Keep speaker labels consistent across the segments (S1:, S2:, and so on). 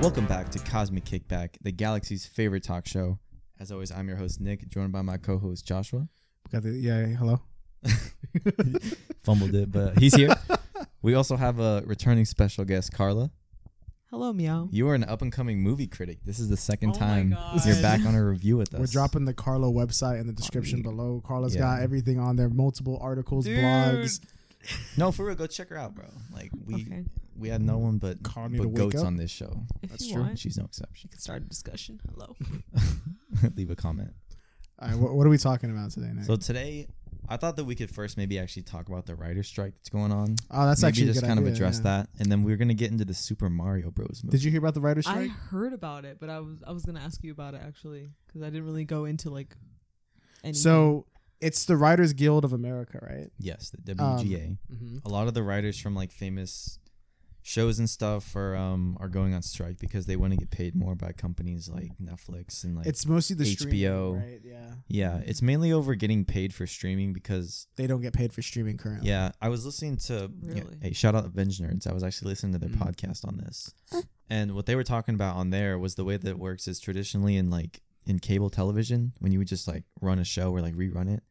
S1: Welcome back to Cosmic Kickback, the galaxy's favorite talk show. As always, I'm your host Nick, joined by my co-host Joshua.
S2: Got the yeah. Hello.
S1: Fumbled it, but he's here. we also have a returning special guest, Carla.
S3: Hello, meow.
S1: You are an up-and-coming movie critic. This is the second
S3: Oh my
S1: time
S3: God.
S1: you're back on a review with us.
S2: We're dropping the Carlo website in the description below. Carlo's got
S1: Yeah.
S2: everything on there, multiple articles,
S3: Dude.
S2: blogs.
S1: No, for real, go check her out, bro. Like we
S3: Okay.
S1: we have no one but
S2: Carl need to
S1: but
S2: wake
S1: goats
S2: up.
S1: on this show.
S3: If
S2: That's
S3: you
S2: true.
S3: want,
S1: She's no
S3: you
S1: exception.
S3: can start a discussion. Hello.
S1: Leave a comment.
S2: All right, what, what are we talking about today, Nick?
S1: So today, I thought that we could first maybe actually talk about the writer strike that's going on.
S2: oh, that's
S1: maybe
S2: actually a
S1: just
S2: good
S1: kind
S2: idea,
S1: of address
S2: yeah.
S1: that, and then we're gonna get into the Super Mario Bros. movie.
S2: Did you hear about the writer's
S3: I
S2: strike?
S3: heard about it, but I was I was gonna ask you about it actually because I didn't really go into like. Anything.
S2: so it's the Writers Guild of America, right?
S1: yes, the
S2: Um,
S1: WGA.
S2: Mm-hmm.
S1: a lot of the writers from like famous shows and stuff are um are going on strike because they want to get paid more by companies like Netflix and like
S2: It's mostly the streaming,
S1: HBO.
S2: right? Yeah,
S1: yeah, it's mainly over getting paid for streaming because
S2: they don't get paid for streaming currently.
S1: yeah, I was listening to yeah,
S3: Really?
S1: hey, shout out Avenge Nerds. I was actually listening to their
S2: Mhm.
S1: podcast on this. And what they were talking about on there was the way that it works is traditionally in like in cable television when you would just like run a show or like rerun it.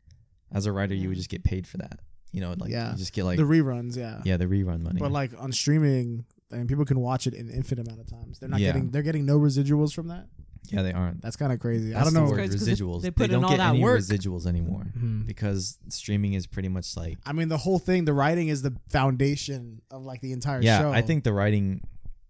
S1: As a writer, you would
S3: Yeah.
S1: just get paid for that. You know, like
S2: Yeah.
S1: you just get like
S2: the reruns. Yeah,
S1: yeah, the rerun money.
S2: but like on streaming, I mean, people can watch it an infinite amount of times. They're not
S1: Yeah.
S2: getting they're getting no residuals from that.
S1: yeah, they aren't.
S2: That's kind of crazy. I
S1: That's
S2: don't
S1: the
S2: know.
S1: word,
S3: Crazy 'cause they-
S1: residuals.
S3: they
S1: They,
S3: put in
S1: don't
S3: all
S1: get
S3: that
S1: any
S3: work.
S1: residuals anymore
S2: Mhm.
S1: because streaming is pretty much like
S2: I mean, the whole thing, the writing is the foundation of like the entire
S1: yeah.
S2: show.
S1: I think the writing,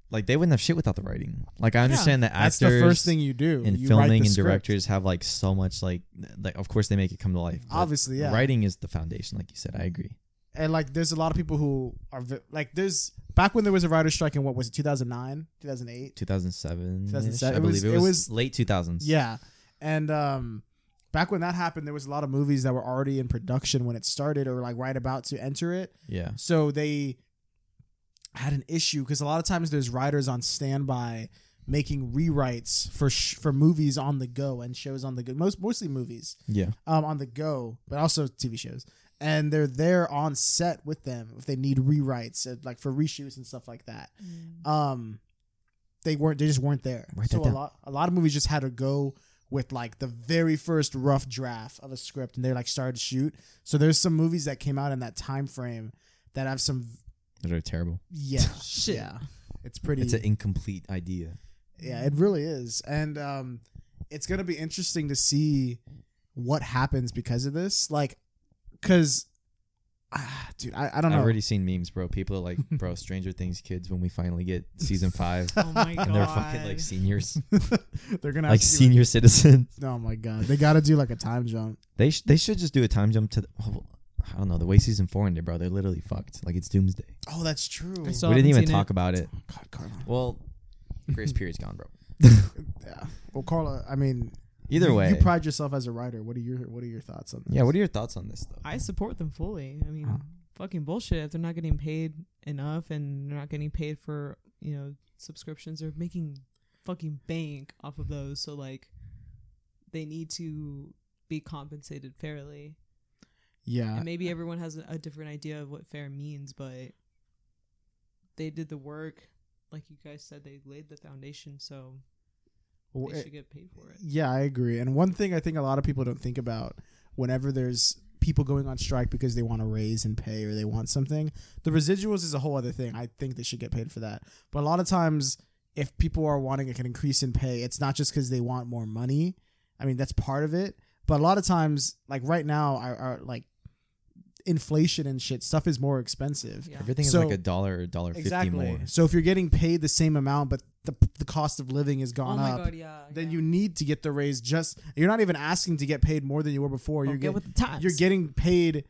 S1: like they wouldn't have shit without the writing. Like I understand that
S2: that's
S1: actors
S2: the first thing you do.
S1: and
S2: you write the
S1: filming and
S2: script.
S1: directors have like so much like like of course they make it come to life. but
S2: Obviously, yeah.
S1: Writing is the foundation, like you said. I agree.
S2: And like, there's a lot of people who are vi- like, there's back when there was a writer's strike in what was it, 2009, 2008?
S1: 2007,
S2: 2007.
S1: I
S2: It
S1: believe
S2: was-
S1: it,
S2: it
S1: was
S2: was-
S1: late 2000s.
S2: Yeah. And um, back when that happened, there was a lot of movies that were already in production when it started or like right about to enter it.
S1: yeah.
S2: So they had an issue because a lot of times there's writers on standby making rewrites for sh- for movies on the go and shows on the go, most mostly movies.
S1: yeah.
S2: um, on the go, but also TV shows. And they're there on set with them if they need rewrites, uh, like for reshoots and stuff like that. Um, they weren't. They just weren't there.
S1: Write that
S2: so a
S1: down.
S2: lot, a lot of movies just had to go with like the very first rough draft of a script, and they like started to shoot. So there's some movies that came out in that time frame that have some.
S1: That are terrible.
S2: Yeah,
S3: Shit.
S2: Yeah, it's pretty.
S1: It's an incomplete idea.
S2: Yeah, it really is. And um it's going to be interesting to see what happens because of this. Like cuz ah, dude, I, I don't
S1: I've
S2: know.
S1: already seen memes, bro. People are like, bro, Stranger Things kids. When we finally get season five,
S3: Oh my god.
S1: and they're fucking like seniors.
S2: They're going to
S1: like senior citizens.
S2: Oh my god. They got to do like a time jump.
S1: They sh- they should just do a time jump to. The- oh, I don't know the way season four ended, bro. They're literally fucked. Like it's doomsday.
S2: Oh, that's true.
S3: I saw- So
S1: we
S3: I
S1: didn't
S3: haven't
S1: even
S3: seen
S1: talk
S3: it.
S1: about it.
S2: God, Carla.
S1: Well, Grace Period's gone, bro.
S2: Yeah. Well, Carla, I mean,
S1: Either
S2: you-
S1: way,
S2: you pride yourself as a writer. What are your what are your thoughts on this?
S1: yeah. What are your thoughts on this though?
S3: I support them fully. I mean,
S2: Huh.
S3: fucking bullshit. If they're not getting paid enough and they're not getting paid for you know subscriptions, they're making fucking bank off of those. So like, they need to be compensated fairly.
S2: Yeah.
S3: and maybe
S2: uh.
S3: everyone has a, a different idea of what fair means, but they did the work. Like you guys said, they laid the foundation, so
S2: Well,
S3: they
S2: it-
S3: should get paid for it.
S2: eh, Yeah, I agree. And one thing I think a lot of people don't think about whenever there's people going on strike because they want to raise and pay or they want something, the residuals is a whole other thing. I think they should get paid for that. But a lot of times, if people are wanting an increase in pay, it's not just because they want more money. I mean, that's part of it. But a lot of times, like right now, are, are like inflation and shit, stuff is more expensive.
S3: Yeah.
S1: Everything is
S2: So-
S1: like a dollar or dollar fifty
S2: Exactly.
S1: more.
S2: So if you're getting paid the same amount, but the, the cost of living has
S3: Oh
S2: gone
S3: my
S2: up,
S3: god, yeah.
S2: then you need to get the raise just you're not even asking to get paid more than you were before you're,
S3: get,
S2: get,
S3: with the times.
S2: you're getting paid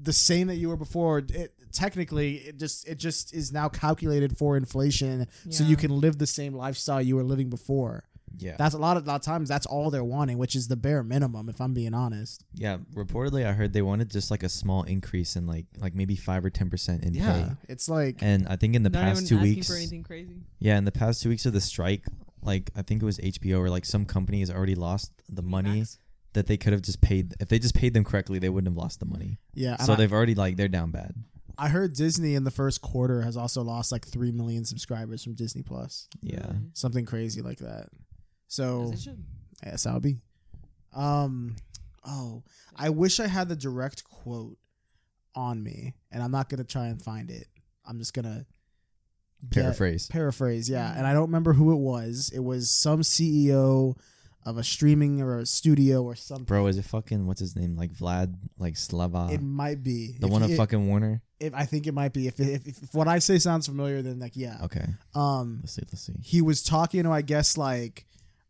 S2: the same that you were before it, technically it just it just is now calculated for inflation so
S3: Yeah.
S2: you can live the same lifestyle you were living before
S1: Yeah,
S2: that's a lot of a lot of times that's all they're wanting which is the bare minimum if i'm being honest
S1: yeah. Reportedly, I heard they wanted just like a small increase in like like maybe five or ten percent in pay.
S2: it's like
S1: And I think in the
S3: Not
S1: past
S3: even
S1: two
S3: asking
S1: weeks,
S3: for anything crazy.
S1: Yeah, in the past two weeks of the strike, like I think it was HBO or like some company has already lost the money
S3: Max.
S1: that they could have just paid. If they just paid them correctly, they wouldn't have lost the money.
S2: yeah and
S1: So
S2: I-
S1: they've already like they're down bad.
S2: I heard Disney in the first quarter has also lost like three million subscribers from Disney Plus,
S1: Yeah.
S3: Really?
S2: something crazy like that.
S3: As
S2: So
S3: it should.
S2: yes, I'll be. Um, oh, I wish I had the direct quote on me, and I'm not gonna try and find it. I'm just gonna get-
S1: Paraphrase.
S2: paraphrase yeah and i don't remember who it was it was some ceo of a streaming or a studio or something
S1: Bro, is it fucking what's his name? Like Vlad, like Slava,
S2: it might be
S1: the
S2: If
S1: one
S2: you-
S1: of fucking Warner.
S2: if, i think it might be if, if, if what i say sounds familiar then like yeah
S1: Okay,
S2: um
S1: let's see, let's see.
S2: he was talking to i guess like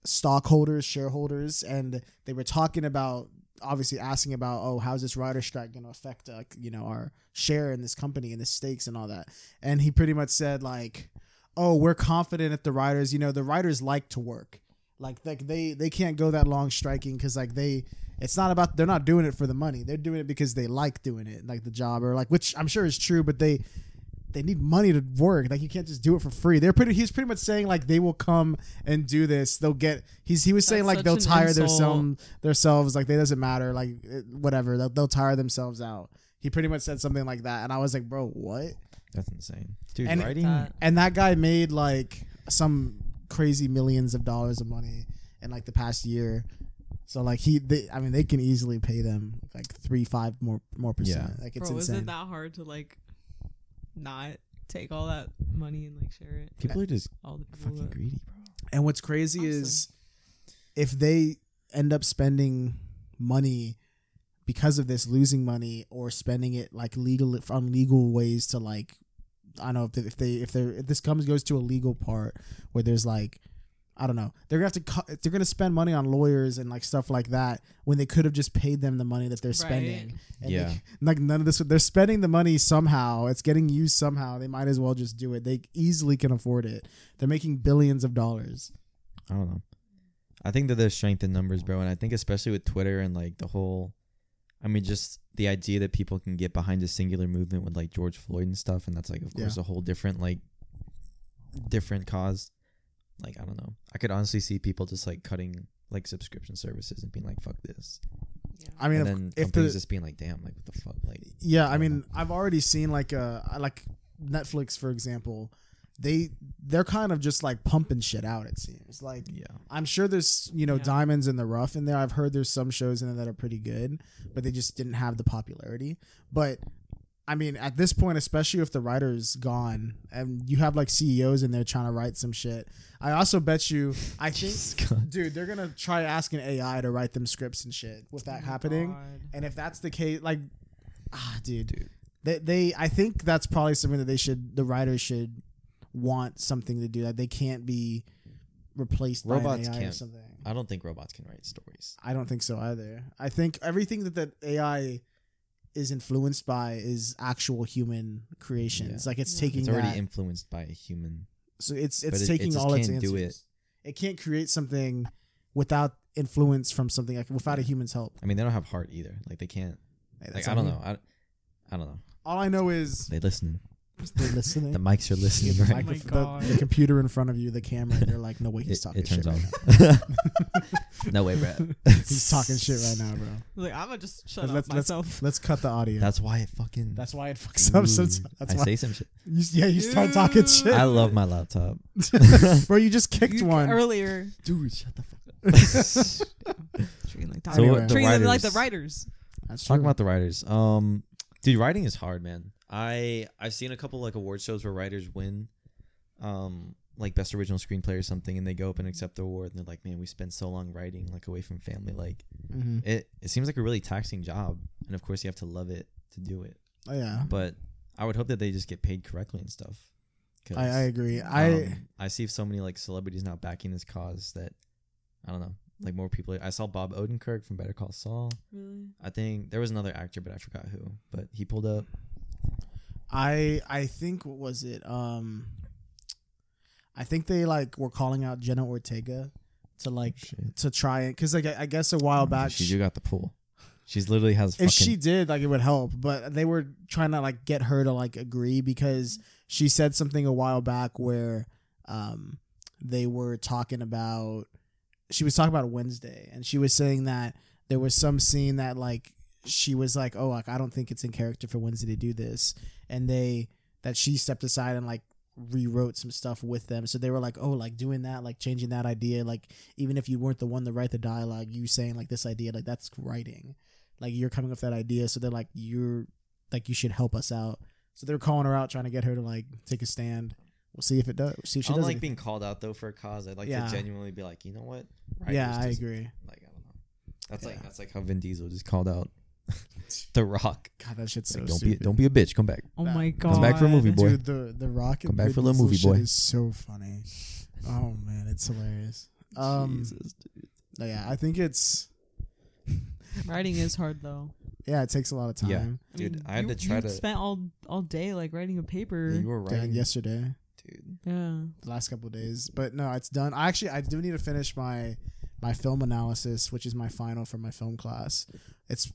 S2: stockholders shareholders and they were talking about obviously asking about oh how's this rider strike going to affect uh, you know our share in this company and the stakes and all that and he pretty much said like oh we're confident if the riders you know the riders like to work like like they they can't go that long striking because like they it's not about they're not doing it for the money they're doing it because they like doing it like the job or like which i'm sure is true but they they need money to work like you can't just do it for free they're pretty he's pretty much saying like they will come and do this they'll get he's he was saying
S3: That's
S2: like
S3: such
S2: they'll
S3: an
S2: tire their
S3: insult.
S2: some themselves like they doesn't matter like it- whatever they'll, they'll tire themselves out he pretty much said something like that and i was like bro what
S1: That's insane, dude.
S2: And-
S1: writing,
S3: That-
S2: and that guy made like some crazy millions of dollars of money in like the past year so like he they, i mean they can easily pay them like three five more more percent
S1: Yeah.
S2: like it's
S3: Bro, is
S2: insane
S3: it that hard to like not take all that money and like share it?
S1: people are just
S3: All the people
S1: fucking
S3: that-
S1: greedy, bro.
S2: and what's crazy
S3: Honestly.
S2: is if they end up spending money because of this losing money or spending it like legal on legal ways to like I don't know if they, if they if they if this comes goes to a legal part where there's like I don't know they're gonna have to cu- they're gonna spend money on lawyers and like stuff like that when they could have just paid them the money that they're spending
S3: Right.
S2: and
S1: Yeah.
S2: like, like none of this they're spending the money somehow it's getting used somehow they might as well just do it they easily can afford it they're making billions of dollars
S1: I don't know. I think that there's strength in numbers, bro, and I think especially with Twitter and like the whole, I mean, just the idea that people can get behind a singular movement with like George Floyd and stuff, and that's like, of course, a whole different like, different cause. Like I don't know. I could honestly see people just like cutting like subscription services and being like, "Fuck this,"
S2: I mean
S1: and
S2: if-
S1: then
S2: if,
S1: companies
S2: the
S1: just being like, "Damn, like what the fuck?" Like
S2: yeah I mean I've already seen like uh like Netflix for example they they're kind of just like pumping shit out it seems like
S1: yeah,
S2: I'm sure there's you know
S3: Yeah.
S2: diamonds in the rough in there. I've heard there's some shows in there that are pretty good, but they just didn't have the popularity. But I mean, at this point, especially if the writer's gone and you have like CEOs in there trying to write some shit, I also bet you, I
S1: Jesus,
S2: think,
S1: God.
S2: dude, they're gonna try asking AI to write them scripts and shit with that
S3: Oh my
S2: happening.
S3: God.
S2: And if that's the case, like, ah, dude, They, they, I think that's probably something that they should, the writers should want something to do. That they can't be replaced
S1: Robots
S2: by an AI or
S1: can't.
S2: something.
S1: I don't think robots can write stories.
S2: I don't think so either. I think everything that that AI is influenced by is actual human creations.
S1: Yeah.
S2: Like it's
S3: Yeah.
S2: taking
S1: It's already
S2: that-
S1: influenced by a human.
S2: so it's
S1: but it-
S2: it's
S1: it
S2: taking
S1: just
S2: all its
S1: can't
S2: answers.
S1: do
S2: it. can't create something without influence from something like without a human's help.
S1: I mean, they don't have heart either. Like they can't.
S2: Hey,
S1: Like
S2: that's
S1: I
S2: all
S1: don't
S2: you-
S1: know. I, I don't know.
S2: All I know is
S1: They listening.
S2: they're listening.
S1: The mics are
S2: You
S1: listening.
S2: have the,
S1: right?
S3: mic-
S2: micro-
S3: God.
S2: the, the computer in front of you, the camera, and they're like, "No way, he's
S1: It,
S2: talking
S1: it turns on.
S2: shit." right
S1: no way, Brad.
S2: now. he's talking shit right now, bro.
S3: Like I'm gonna just shut
S2: Let's-
S3: up
S2: let's- let's-
S3: myself.
S2: Let's cut the audio. That's,
S1: That's why it fucking.
S2: why it fucks up
S1: Ooh,
S2: sometimes. That's
S1: I
S2: why.
S1: say some shit.
S2: you, yeah, you start talking shit.
S1: I love my laptop.
S2: Bro, you just kicked
S3: You-
S2: one.
S3: earlier.
S1: Dude, shut the fuck up.
S3: Treating like,
S2: So what-
S3: the treating them like the writers.
S2: That's
S1: Talking
S2: true.
S1: about the writers. Um, dude, writing is hard, man. I I've seen a couple like award shows where writers win, um, like best original screenplay or something, and they go up and accept the award, and they're like, man, we spent so long writing, like away from family, like.
S2: Mhm.
S1: it, it seems like a really taxing job and of course you have to love it to do it
S2: Oh, yeah,
S1: but i would hope that they just get paid correctly and stuff 'Cause,
S2: I, I agree. I
S1: um, I see so many like celebrities now backing this cause that i don't know like more people i saw bob odenkirk from better call saul
S3: Really?
S1: i think there was another actor but i forgot who but he pulled up
S2: I I think what was it? Um, I think they like were calling out Jenna Ortega to like
S1: Shit.
S2: to try it because like I, I guess a while back
S1: she
S2: sh-
S1: do got the pull she's literally has fucking
S2: if she did like it would help, but they were trying to like get her to like agree because she said something a while back where um they were talking about she was talking about Wednesday and she was saying that there was some scene that like she was like, "Oh, like I don't think it's in character for Wednesday to do this," and they that she stepped aside and like rewrote some stuff with them. So they were like, "Oh, like doing that, like changing that idea, like even if you weren't the one to write the dialogue, you saying like this idea, like that's writing, like you're coming up with that idea." So they're like, "You're like you should help us out." So they're calling her out, trying to get her to like take a stand. We'll see if it does. See if she
S1: I don't
S2: does.
S1: like
S2: anything.
S1: being called out though for a cause. I'd like
S2: Yeah.
S1: to genuinely be like, you know what?
S2: yeah,
S1: Writers
S2: I
S1: just-
S2: agree.
S1: Like I don't know. That's
S2: Yeah.
S1: like that's like how Vin Diesel just called out The Rock.
S2: God, that shit's so
S1: Like, don't
S2: stupid.
S1: be don't be a bitch. Come back.
S3: Oh
S2: That-
S3: my god.
S1: Come back for a movie, boy.
S2: Dude, the the Rock and
S1: Come back
S2: Vin
S1: for a little
S2: Diesel
S1: movie,
S2: shit
S1: boy.
S2: is so funny. Oh man, it's hilarious. Um,
S1: Jesus, dude.
S2: no, yeah, I think it's
S3: Writing is hard though.
S2: yeah, it takes a lot of
S1: Yeah.
S2: time.
S3: I
S1: Dude,
S3: mean,
S1: I had to
S3: you-
S1: try
S3: you
S1: to-
S3: spent all all day like writing a paper.
S1: Yeah, you were
S2: Done
S1: right,
S2: yesterday,
S1: dude.
S3: yeah.
S2: the last couple of days, but no, it's done. I actually I do need to finish my my film analysis, which is my final for my film class. It's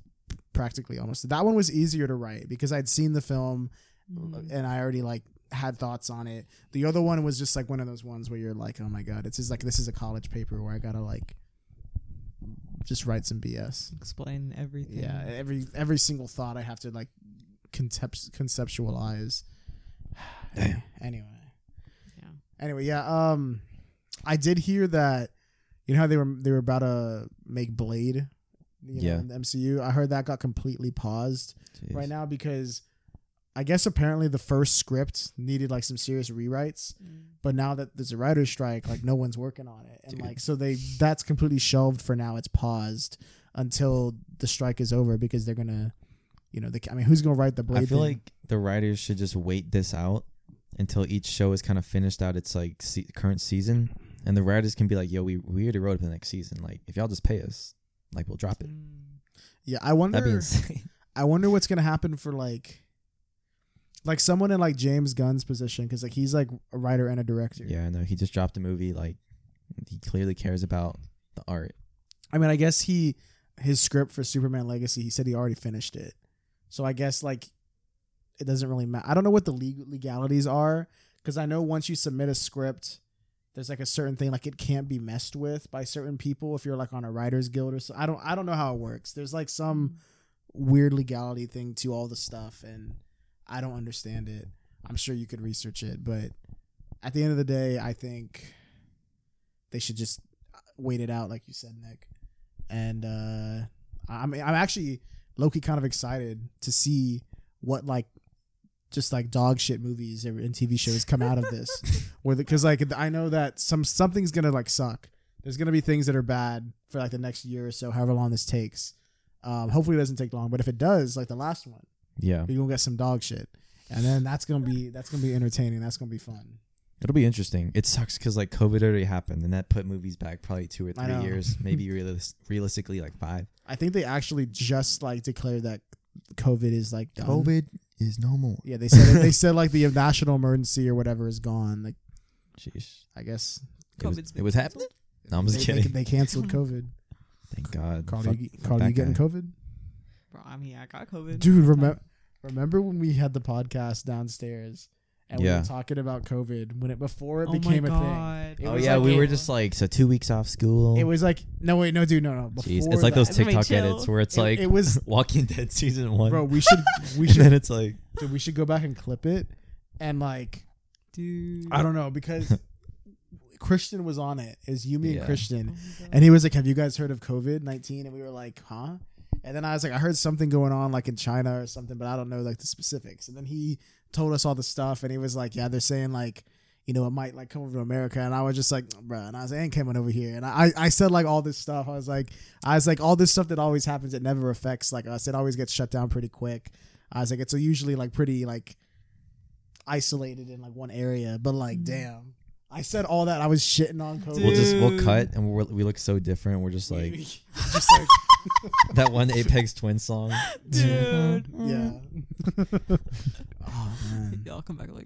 S2: practically almost that one was easier to write because I'd seen the film
S3: Mm.
S2: and I already like had thoughts on it. The other one was just like one of those ones where you're like, oh my god, it's just like this is a college paper where I gotta like just write some BS.
S3: Explain everything.
S2: Yeah, every every single thought I have to like concept conceptualize.
S1: Damn.
S2: Anyway.
S3: Yeah.
S2: Anyway, yeah. Um, I did hear that. You know how they were they were about to make Blade. You know,
S1: Yeah.
S2: in the MCU. I heard that got completely paused
S1: Jeez.
S2: right now because I guess apparently the first script needed like some serious rewrites,
S3: Mm.
S2: but now that there's a writer's strike, like no one's working on it, and
S1: Dude.
S2: like so they that's completely shelved for now. It's paused until the strike is over because they're gonna, you know, they, I mean, who's gonna write the blade?
S1: I feel
S2: thing?
S1: like the writers should just wait this out until each show is kind of finished out its like se- current season, and the writers can be like, "Yo, we we already wrote it for the next season. Like, if y'all just pay us, like, we'll drop it."
S3: Mm.
S2: yeah, I wonder.
S1: That'd be insane.
S2: I wonder what's gonna happen for like, like someone in like James Gunn's position because like he's like a writer and a director.
S1: yeah, I know. He just dropped a movie. Like, he clearly cares about the art.
S2: I mean, I guess he his script for Superman Legacy. He said he already finished it, so I guess like it doesn't really matter. I don't know what the legal legalities are because I know once you submit a script, there's like a certain thing like it can't be messed with by certain people if you're like on a writers guild or so. I don't I don't know how it works. There's like some weird legality thing to all the stuff, and I don't understand it. I'm sure you could research it, but at the end of the day, I think they should just uh, wait it out, like you said, Nick. And uh, I'm I'm actually Loki kind of excited to see what like just like dog shit movies and TV shows come out of this, where because like I know that some something's gonna like suck. There's gonna be things that are bad for like the next year or so, however long this takes. Um, hopefully, it doesn't take long. But if it does, like the last one,
S1: Yeah,
S2: we're gonna get some dog shit, and then that's gonna be that's gonna be entertaining. That's gonna be fun.
S1: it'll be interesting. It sucks because like COVID already happened, and that put movies back probably two or
S2: I
S1: three
S2: know.
S1: years, maybe realis- realistically like five.
S2: I think they actually just like declared that COVID is like done.
S1: is no more.
S2: Yeah, they said they said like the national emergency or whatever is gone. Like
S1: Sheesh.
S2: I guess
S1: It was,
S3: COVID's
S1: it
S3: been
S1: was happening. No, I'm just
S2: they,
S1: kidding.
S2: They, they canceled COVID.
S1: Thank God.
S2: Carter,
S1: Fuck-
S2: you,
S1: fuck
S2: Carter,
S1: that
S2: you getting
S1: guy.
S2: COVID?
S3: Bro, I mean, I got COVID.
S2: Dude, remember remember when we had the podcast downstairs and we
S1: Yeah.
S2: were talking about COVID when it before it
S3: oh
S2: became
S3: my
S2: a thing.
S3: god.
S2: It
S1: Oh
S2: was
S1: yeah,
S2: like
S1: we
S2: a-
S1: were just like so two weeks off school.
S2: It was like no wait no dude no no before
S1: Jeez, it's like
S2: that-
S1: those
S3: Everybody
S1: TikTok
S3: chill.
S1: edits where it's
S2: It-
S1: like
S2: it was-
S1: Walking Dead season one,
S2: bro we should we
S1: and then
S2: should
S1: it's like
S2: dude, we should go back and clip it and like
S3: Dude. Oh
S2: I don't know because Christian was on it. It was Yumi and
S1: Yeah.
S2: Christian.
S3: Oh my God.
S2: And he was like, Have you guys heard of COVID 19? And we were like, Huh? And then I was like, I heard something going on like in China or something, but I don't know like the specifics. And then he told us all the stuff and he was like, Yeah, they're saying like, you know, it might like come over to America. And I was just like, bruh. And I was like, ain't coming over here. And I, I said like all this stuff. I was like, I was like, all this stuff that always happens, it never affects like us. It always gets shut down pretty quick. I was like, it's usually like pretty like isolated in like one area, but like, damn. I said all that. I was shitting on COVID.
S1: Mm-hmm. we'll just we'll
S3: Dude.
S1: cut and we're, we look so different. We're just like
S2: just like
S1: that one Apex Twin song.
S3: Dude.
S2: yeah. oh man,
S3: Y'all come back like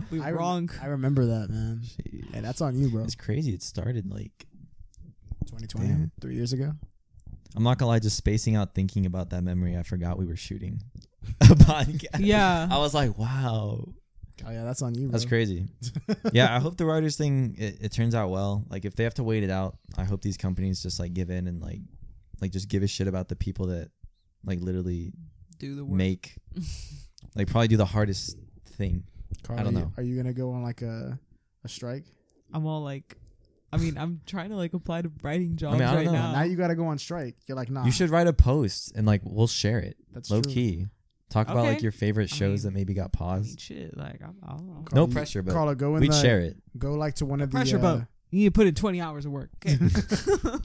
S3: we
S2: I rem-
S3: were wrong.
S2: I remember that man.
S1: Jeez.
S2: Hey, that's on you, bro.
S1: It's crazy. It started like
S2: 2020,
S1: Damn.
S2: three years ago.
S1: I'm not gonna lie, just spacing out thinking about that memory. I forgot we were shooting a podcast.
S3: Yeah.
S1: I was like, wow,
S2: Oh yeah, that's on you. Bro.
S1: that's crazy. yeah, I hope the writers thing it, it turns out well. Like if they have to wait it out, I hope these companies just like give in and like like just give a shit about the people that like literally
S3: do the work.
S1: make like probably do the hardest thing.
S2: Carly,
S1: don't know.
S2: Are you gonna go on like a a strike?
S3: I'm all like, I mean, I'm trying to like apply to writing jobs
S1: I don't
S3: right
S1: know.
S3: now.
S2: Now you gotta go on strike. You're like, nah.
S1: You should write a post and like we'll share it.
S2: That's
S1: low
S2: true.
S1: key. Talk about like
S3: Okay.
S1: your favorite
S3: I
S1: shows
S3: mean-
S1: that maybe got
S3: I mean,
S1: paused.
S3: shit, like I'm, I don't know.
S1: No
S2: Carly,
S1: pressure, but
S2: Carla, go in
S1: We'd
S2: the,
S1: share it.
S2: Go like to one of the
S3: Pressure
S2: uh,
S3: boat. You need to put in 20 hours of work. Okay.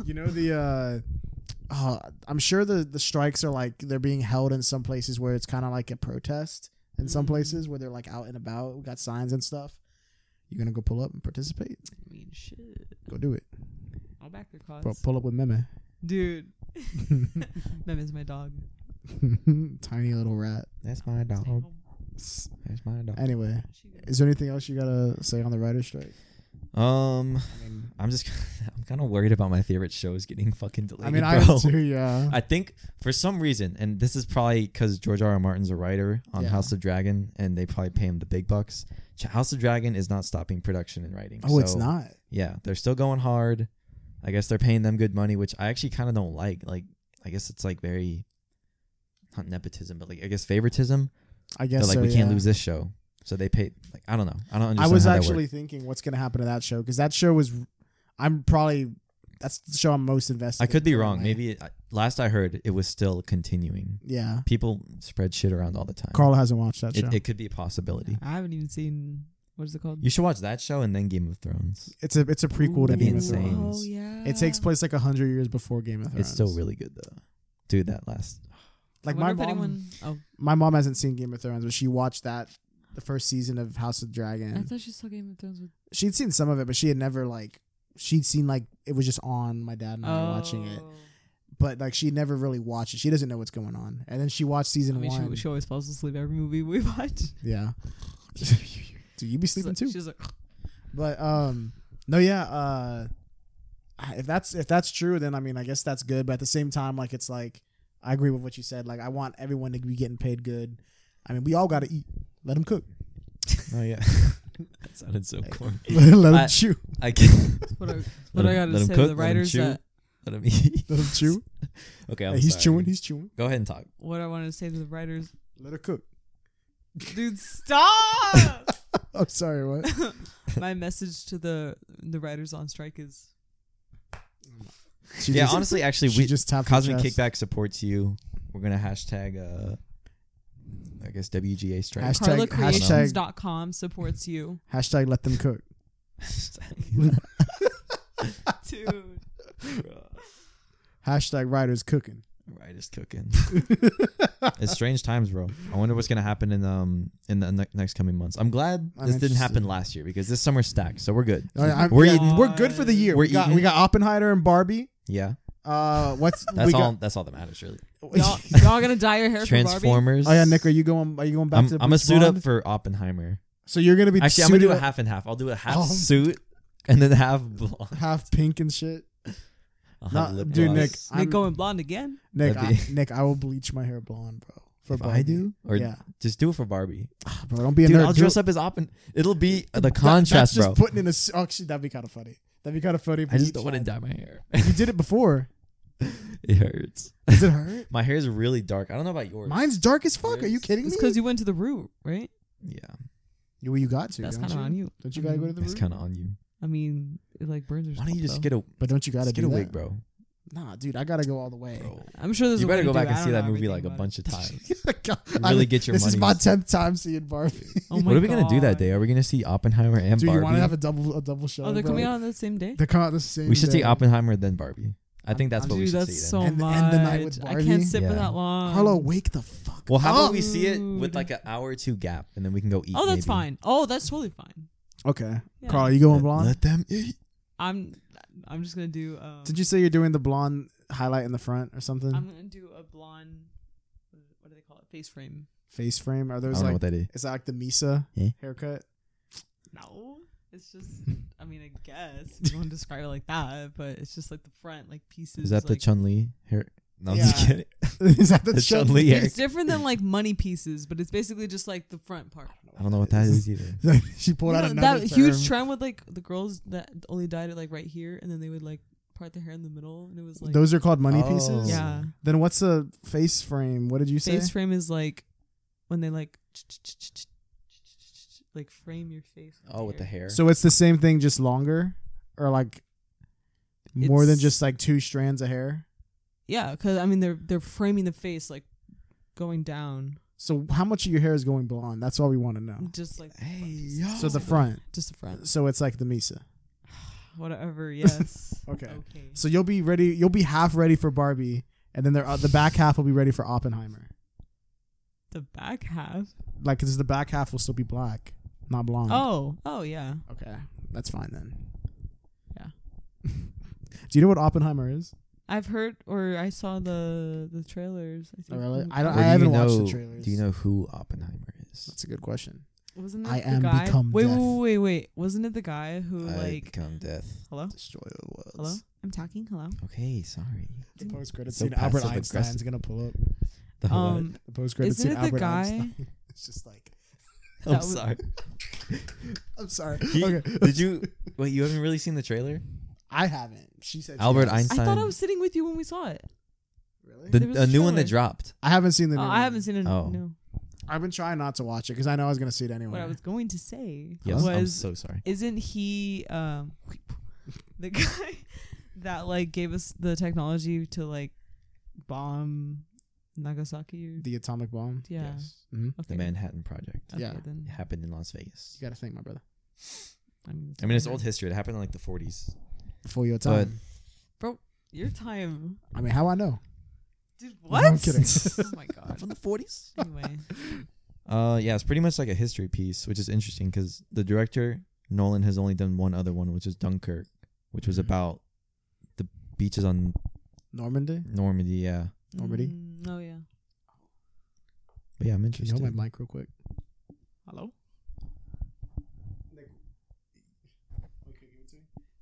S2: You know the. uh uh, I'm sure the the strikes are like they're being held in some places where it's kind of like a protest. In some
S1: Mm-hmm.
S3: Mm.
S2: places where they're like out and about, we got signs and stuff. You're gonna go pull up and participate.
S3: I mean, shit.
S2: Go do it.
S3: I'll back their
S2: Pull,
S3: cause.
S2: pull up with Meme.
S3: Dude. Mem is my dog.
S2: Tiny little rat.
S1: That's my dog. That's my dog.
S2: Anyway, is there anything else you gotta say on the writer's strike?
S1: Um,
S2: I mean,
S1: I'm just I'm kind of worried about my favorite shows getting fucking deleted.
S2: I mean,
S1: bro.
S2: I am too. Yeah.
S1: I think for some reason, and this is probably because George R. R. Martin's a writer on
S2: Yeah.
S1: House of Dragon, and they probably pay him the big bucks. Ch- House of Dragon is not stopping production and writing.
S2: oh, it's
S1: So,
S2: not.
S1: Yeah, they're still going hard. I guess they're paying them good money, which I actually kind of don't like. Like, I guess it's like very not nepotism, but like I guess favoritism.
S2: I
S1: They're
S2: guess
S1: like,
S2: so,
S1: we can't
S2: yeah.
S1: lose this show, so they pay. Like, I don't know. I don't
S2: I
S1: understand.
S2: was
S1: how that
S2: actually
S1: works.
S2: thinking what's gonna happen to that show because that show was. I'm probably that's the show I'm most invested.
S1: I could
S2: in
S1: be wrong.
S2: currently.
S1: Maybe it, I- last I heard, it was still continuing.
S2: Yeah.
S1: People spread shit around all the time.
S2: Carl hasn't watched that show.
S1: it, it could be a possibility.
S3: I haven't even seen. What is it called?
S1: You should watch that show and then Game of Thrones.
S2: it's a it's a prequel to
S1: That'd be
S2: Game of
S1: insane.
S2: Thrones.
S3: Oh, yeah.
S2: It takes place like hundred years before Game of Thrones.
S1: It's still really good though. Dude, that last
S2: like
S3: I
S2: my
S3: wonder
S2: mom.
S3: if anyone. Oh,
S2: My mom hasn't seen Game of Thrones, but she watched that the first season of House of
S3: I
S2: Dragon.
S3: thought she saw Game of Thrones with.
S2: She'd seen some of it, but she had never like she'd seen like it was just on. My dad and I were watching it,
S3: Oh.
S2: but like she never really watched it. She doesn't know what's going on. And then she watched
S3: I
S2: season
S3: mean,
S2: one.
S3: she, she always falls asleep every movie we watch.
S2: yeah. Do you be sleeping
S3: she's like,
S2: too?
S3: She's like,
S2: But um, no, yeah. Uh, if that's if that's true, then I mean, I guess that's good. But at the same time, like it's like I agree with what you said. Like I want everyone to be getting paid good. I mean, we all got to eat. Let them cook.
S1: Oh yeah. that sounded so corny.
S2: Let them
S1: I-
S2: chew.
S1: I can
S3: what I,
S1: Let
S3: what I
S1: him-
S3: gotta
S1: let him
S3: say
S1: cook,
S3: to the
S1: let him
S3: writers
S1: chew.
S3: that
S1: let him eat.
S2: Let them chew.
S1: Okay, I'm
S2: Hey, he's
S1: sorry.
S2: chewing. He's chewing.
S1: Go ahead and talk.
S3: what I want to say to the writers,
S2: Let her cook.
S3: dude, stop.
S2: I'm sorry. What?
S3: My message to the the writers on strike is
S2: She
S1: yeah,
S2: just-
S1: honestly, actually,
S2: she
S1: we
S2: just tapped her
S1: Cosmic
S2: chest.
S1: Kickback supports you. We're gonna hashtag uh, I guess WGA strike.
S2: Hashtag-
S3: CarlaCreations.com supports you,
S2: Hashtag let them cook.
S3: dude.
S2: Hashtag writers cooking.
S1: right, it's cooking. it's strange times, bro. I wonder what's gonna happen in um in the ne- next coming months. I'm glad
S2: I'm
S1: this didn't happen
S2: interested.
S1: last year because this summer stacked, so we're good.
S2: All right, I'm-
S1: We're
S2: yeah,
S1: eating.
S2: we're good for the year.
S1: We're
S2: we got
S1: eating.
S2: we got Oppenheimer and Barbie.
S1: e-, Yeah,
S2: Uh, what's
S1: that's
S2: we
S1: all.
S2: got-
S1: that's all that matters, really.
S3: Y'all, y'all gonna dye your hair for Barbie?
S1: Transformers.
S2: Oh yeah, Nick, are you going? Are you going back
S1: I'm,
S2: to? the
S1: I'm a
S2: Bruce
S1: suit up
S2: Bond?
S1: for Oppenheimer.
S2: So you're gonna be
S1: Actually, I'm gonna do
S2: suited
S1: a
S2: up-
S1: half and half. I'll do a half
S2: Oh.
S1: suit and then half blonde.
S2: half pink and shit.
S1: I'll
S2: Nah,
S1: have lip
S2: dude,
S1: gloss.
S2: Nick,
S3: Nick
S2: I'm-
S3: going blonde again?
S2: Nick,
S1: That'd
S2: I, Nick, I will bleach my hair blonde, bro. For
S1: If I
S2: Barbie.
S1: do, or
S2: yeah,
S1: just do it for Barbie,
S2: Ah, bro, don't be a
S1: dude.
S2: nerd.
S1: I'll
S2: Do
S1: dress
S2: it.
S1: up as Oppen. It'll be the
S2: That-
S1: contrast,
S2: that's just
S1: bro.
S2: putting in a. s- Oh, actually, that'd be kind of funny. That'd be kind of funny. if
S1: I
S2: you
S1: just don't want to
S2: tried.
S1: dye my hair.
S2: You did it before.
S1: it hurts.
S2: Does it hurt?
S1: My hair is really dark. I don't know about yours.
S2: Mine's dark as fuck. Are you kidding me?
S3: It's because you went to the root, right?
S1: yeah,
S2: you, well, you got to.
S3: That's
S2: don't
S3: kind of
S2: you?
S3: on you.
S2: Don't you gotta go to the
S1: that's
S2: room?
S1: kind of on you.
S3: I mean, it like burns your.
S1: Why don't you
S3: scalp,
S1: just
S3: though.
S1: get a
S2: But don't you gotta
S1: just get
S2: do
S1: a
S2: that?
S1: wig, bro?
S2: Nah, dude, I gotta go all the way.
S1: Bro,
S3: I'm sure there's.
S1: you
S3: a way
S1: better go
S3: to do
S1: back
S3: it.
S1: and
S3: I
S1: see
S3: don't
S1: that
S3: know
S1: movie like
S3: everything
S1: a
S3: about
S1: bunch of times.
S2: God, I-
S1: really get your
S2: this
S1: money.
S2: is my tenth time seeing Barbie.
S3: it. Oh my
S1: what are we gonna do that
S3: God.
S1: day? Are we gonna see Oppenheimer and
S2: Dude, you want
S1: Barbie?
S2: to have a double a double show?
S3: Oh, they're
S2: bro?
S3: coming out on the same day.
S2: They're coming out the same.
S1: we should
S2: day.
S1: see Oppenheimer then Barbie. I think that's
S2: I'm-
S1: what we
S3: Dude,
S1: should
S3: that's
S1: see.
S3: so
S1: then.
S2: And-
S3: much.
S2: and the night with
S3: I
S2: Barbie?
S3: can't sit
S1: Yeah.
S3: for that long.
S2: Carlo, wake the fuck.
S1: Well, how
S2: up.
S1: about we see it with
S3: Dude.
S1: like an hour or two gap, and then we can go eat.
S3: Oh, that's
S1: maybe.
S3: fine. Oh, that's totally fine.
S2: Okay,
S3: Yeah.
S2: Carl, you going
S1: Let-
S2: blonde?
S1: Let them eat.
S3: I'm I'm just gonna do. Um,
S2: Did you say you're doing the blonde highlight in the front or something?
S3: I'm gonna do a blonde. What do they call it? Face frame.
S2: Face frame? Are
S1: I
S2: those
S1: don't know
S2: like?
S1: what that is.
S2: Is that like the Misa
S1: Yeah.
S2: haircut?
S3: No, it's just. I mean, I guess if you want to describe it like that, but it's just like the front, like pieces.
S1: Is that the
S3: like,
S1: Chun Li hair? No, I'm just
S2: Yeah.
S1: kidding.
S2: is that the,
S1: The
S2: Chun-
S1: Chun Li hair.
S3: It's different than like money pieces, but it's basically just like the front part.
S1: I don't know what that is either.
S2: she pulled
S3: You
S2: out
S3: know,
S2: another
S3: that
S2: term.
S3: huge trend with like the girls that only dyed it like right here, and then they would like part their hair in the middle, and it was like
S2: Those are called money
S1: Oh.
S2: pieces.
S3: Yeah,
S2: Then what's a face frame? What did you say?
S3: face frame is like when they like like frame your face.
S1: Oh, with the hair.
S2: So it's the same thing, just longer, or like more than
S3: It's-
S2: just like two strands of hair.
S3: Yeah, because I mean they're they're framing the face like going down,
S2: So how much of your hair is going blonde? That's all we want to know.
S3: just like
S1: hey yo.
S2: So the front.
S3: just the front,
S2: So it's like the Misa.
S3: whatever. Yes.
S2: Okay.
S3: Okay.
S2: So you'll be ready. You'll be half ready for Barbie, and then uh, the the back half will be ready for Oppenheimer.
S3: The back half.
S2: Like, cause the back half will still be black, not blonde.
S3: Oh. Oh yeah.
S2: Okay, that's fine then.
S3: Yeah.
S2: Do you know what Oppenheimer is?
S3: I've heard or I saw the the trailers. I
S2: Oh,
S3: think.
S2: really? I
S1: Or
S2: don't. I
S1: do you
S2: haven't watched
S1: know-
S2: the trailers.
S1: Do you know who Oppenheimer is?
S2: That's a good question.
S3: Wasn't that
S2: I
S3: the
S2: am
S3: guy?
S2: become
S3: wait,
S2: death.
S3: wait, wait, wait. Wasn't it the guy who
S1: I
S3: like?
S1: become death.
S3: Hello.
S2: Destroy the worlds.
S3: Hello. I'm talking. Hello.
S1: Okay, sorry.
S2: The post credit
S1: So
S2: scene. Albert
S1: passive
S2: Einstein's
S1: aggressive.
S2: gonna pull up.
S1: The what?
S3: Um.
S2: The post credit
S3: Isn't
S2: scene.
S3: it the
S2: Albert
S3: guy-
S2: Einstein. It's just like.
S1: I'm
S3: that was-
S1: sorry.
S2: I'm sorry.
S1: He-
S2: okay.
S1: Did you? Wait, you haven't really seen the trailer?
S2: I haven't. She said she
S1: Albert
S2: has.
S3: I
S1: Einstein.
S3: thought I was sitting with you when we saw it.
S2: Really?
S1: The,
S3: There was a
S1: a new one
S3: trailer.
S1: that dropped.
S2: I haven't seen the.
S3: Oh,
S2: New
S3: I haven't seen it.
S1: Oh.
S3: No.
S2: I've been trying not to watch it because I know I was gonna see it anyway.
S3: What I was going to say
S1: Yes, I'm
S3: was,
S1: so sorry.
S3: isn't he um the guy that like gave us the technology to like bomb Nagasaki? Or,
S2: the atomic bomb.
S3: yeah.
S1: Yes.
S2: hmm
S1: The
S3: Okay.
S1: Manhattan Project
S3: Okay,
S2: Yeah.
S3: Then
S1: It happened in Las Vegas.
S2: You gotta thank my brother
S3: I mean,
S1: I mean, it's
S3: okay.
S1: old history. It happened in like the 40s.
S2: for your time.
S3: Your time,
S2: I mean, how I know?
S3: dude.
S2: No,
S3: What?
S2: I'm kidding.
S3: oh my god.
S1: the 40s?
S3: Anyway,
S1: Uh, yeah, it's pretty much like a history piece, which is interesting because the director Nolan has only done one other one, which is Dunkirk, which was
S2: Mhm.
S1: about the beaches on
S2: Normandy.
S1: Normandy. Yeah,
S2: Already?
S3: Mm, oh yeah.
S1: but yeah, I'm
S2: Can you hold
S1: interested.
S2: my mic real quick?
S3: Hello.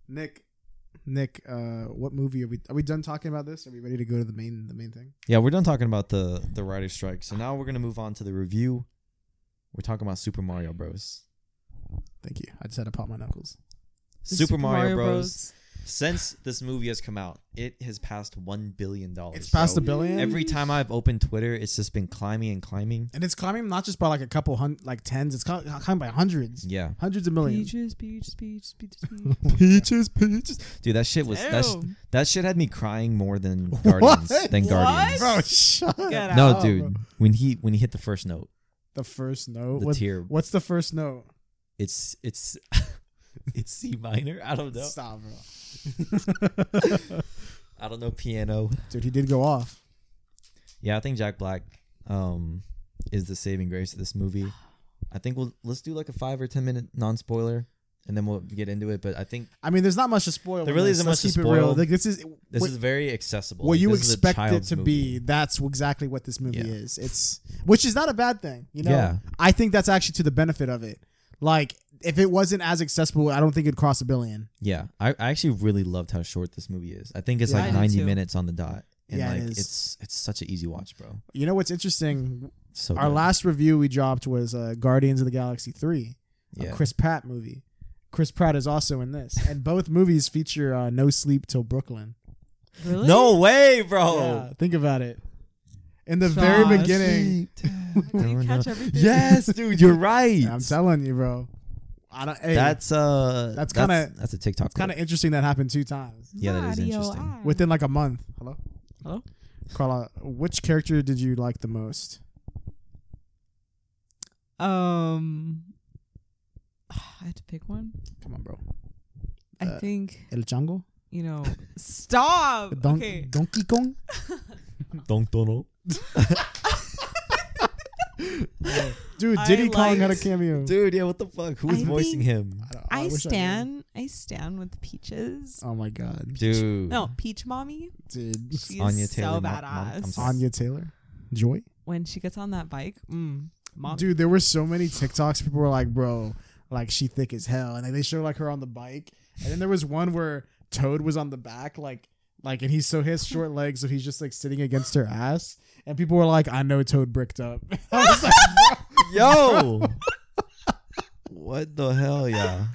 S2: Nick, Nick, uh, what movie are we? Are we done talking about this? Are we ready to go to the main the main thing?
S1: yeah, we're done talking about the the writer's strike, so now we're gonna move on to the review. We're talking about Super Mario Bros.
S2: Thank you. I just had to pop my knuckles.
S3: The
S1: Super, Mario, Bros. Since this movie has come out, it has passed one billion dollars.
S2: It's past
S1: So
S2: a billion,
S1: Oh, Every time I've opened Twitter, it's just been climbing and climbing.
S2: and it's climbing not just by like a couple hundred, like tens. It's cl- climbing by hundreds,
S1: Yeah,
S2: hundreds of millions.
S3: Peaches, peaches, peaches, peaches, peaches.
S1: peaches, peaches, dude. That shit was that, sh-
S3: Ew.
S1: That shit had me crying more than Guardians than
S3: What?
S1: Guardians.
S2: Bro, shut
S3: Get
S2: up.
S3: out.
S1: No,
S2: Oh,
S1: dude.
S2: bro.
S1: When he when he hit the first note,
S2: The first note.
S1: the
S2: What,
S1: tear.
S2: what's the first note?
S1: It's it's it's C minor. I don't know.
S2: Stop, bro.
S1: I don't know piano.
S2: Dude, he did go off.
S1: Yeah, I think Jack Black um is the saving grace of this movie. I think we'll let's do like a five or ten minute non spoiler, and then we'll get into it. But I think
S2: I mean, there's not much to spoil.
S1: There
S2: with
S1: really
S2: this.
S1: isn't
S2: Let's
S1: much to
S2: keep it real.
S1: spoil.
S2: Like, this is
S1: this
S2: what,
S1: is very accessible.
S2: what you
S1: This is a
S2: expect it
S1: child's
S2: to be.
S1: movie.
S2: That's exactly what this movie
S1: Yeah.
S2: is. It's which is not a bad thing, you know.
S1: Yeah.
S2: I think that's actually to the benefit of it. Like, if it wasn't as accessible, I don't think it'd cross a billion.
S1: Yeah, I, I actually really loved how short this movie is. I think it's
S2: Yeah, I
S1: like
S3: did
S1: ninety
S3: too.
S1: minutes on the dot, and
S2: Yeah, it
S1: like
S2: is.
S1: it's it's such an easy watch, bro.
S2: You know what's interesting?
S1: So
S2: Our
S1: good.
S2: last review we dropped was uh, Guardians of the Galaxy Three. a
S1: yeah.
S2: Chris Pratt movie. Chris Pratt is also in this, and both movies feature uh, "No Sleep Till Brooklyn."
S3: Really?
S1: No way, bro.
S2: Yeah, think about it. In the very
S3: Josh.
S2: beginning,
S3: Do you catch everything?
S1: yes, dude, you're right.
S2: I'm telling you, bro. I don't. Hey, that's
S1: that's uh,
S2: That's kinda-
S1: that's a TikTok.
S2: kind of
S1: clip.
S2: interesting. That happened two times
S1: Yeah, that is
S3: Radio
S1: interesting.
S3: Eye.
S2: within like a month. Hello,
S3: Hmm. Hello?
S2: Carla. Which character did you like the most?
S3: Um, I had to pick one.
S2: Come on, bro.
S3: I
S2: Uh,
S3: think
S2: El Chango,
S3: you know. Stop.
S2: Don-
S3: okay.
S2: Donkey Kong.
S1: Don't don't
S2: Dude,
S3: I
S2: Diddy Kong had a
S3: liked-
S2: cameo.
S1: dude. Yeah, what the fuck? Who was
S3: I
S1: voicing
S3: think-
S1: him,
S2: don't-
S3: I,
S2: wish knew.
S3: stand. I, stand with peaches.
S2: Oh my god,
S1: dude?
S3: No, peach mommy.
S2: dude.
S3: She's
S1: Anya
S3: so
S1: Taylor-Joy. Mom-
S3: badass.
S1: I'm sorry.
S2: Anya Taylor, Joy.
S3: When she gets on that bike, mm, mom.
S2: Dude, there were so many TikToks. People were like, bro, like she thick as hell. And then they show like her on the bike. And then there was one where Toad was on the back, like like and he's so he has short legs, so he's just like sitting against her ass. And people were like, I know Toad bricked up. I was like,
S1: Yo, what the hell? Yeah,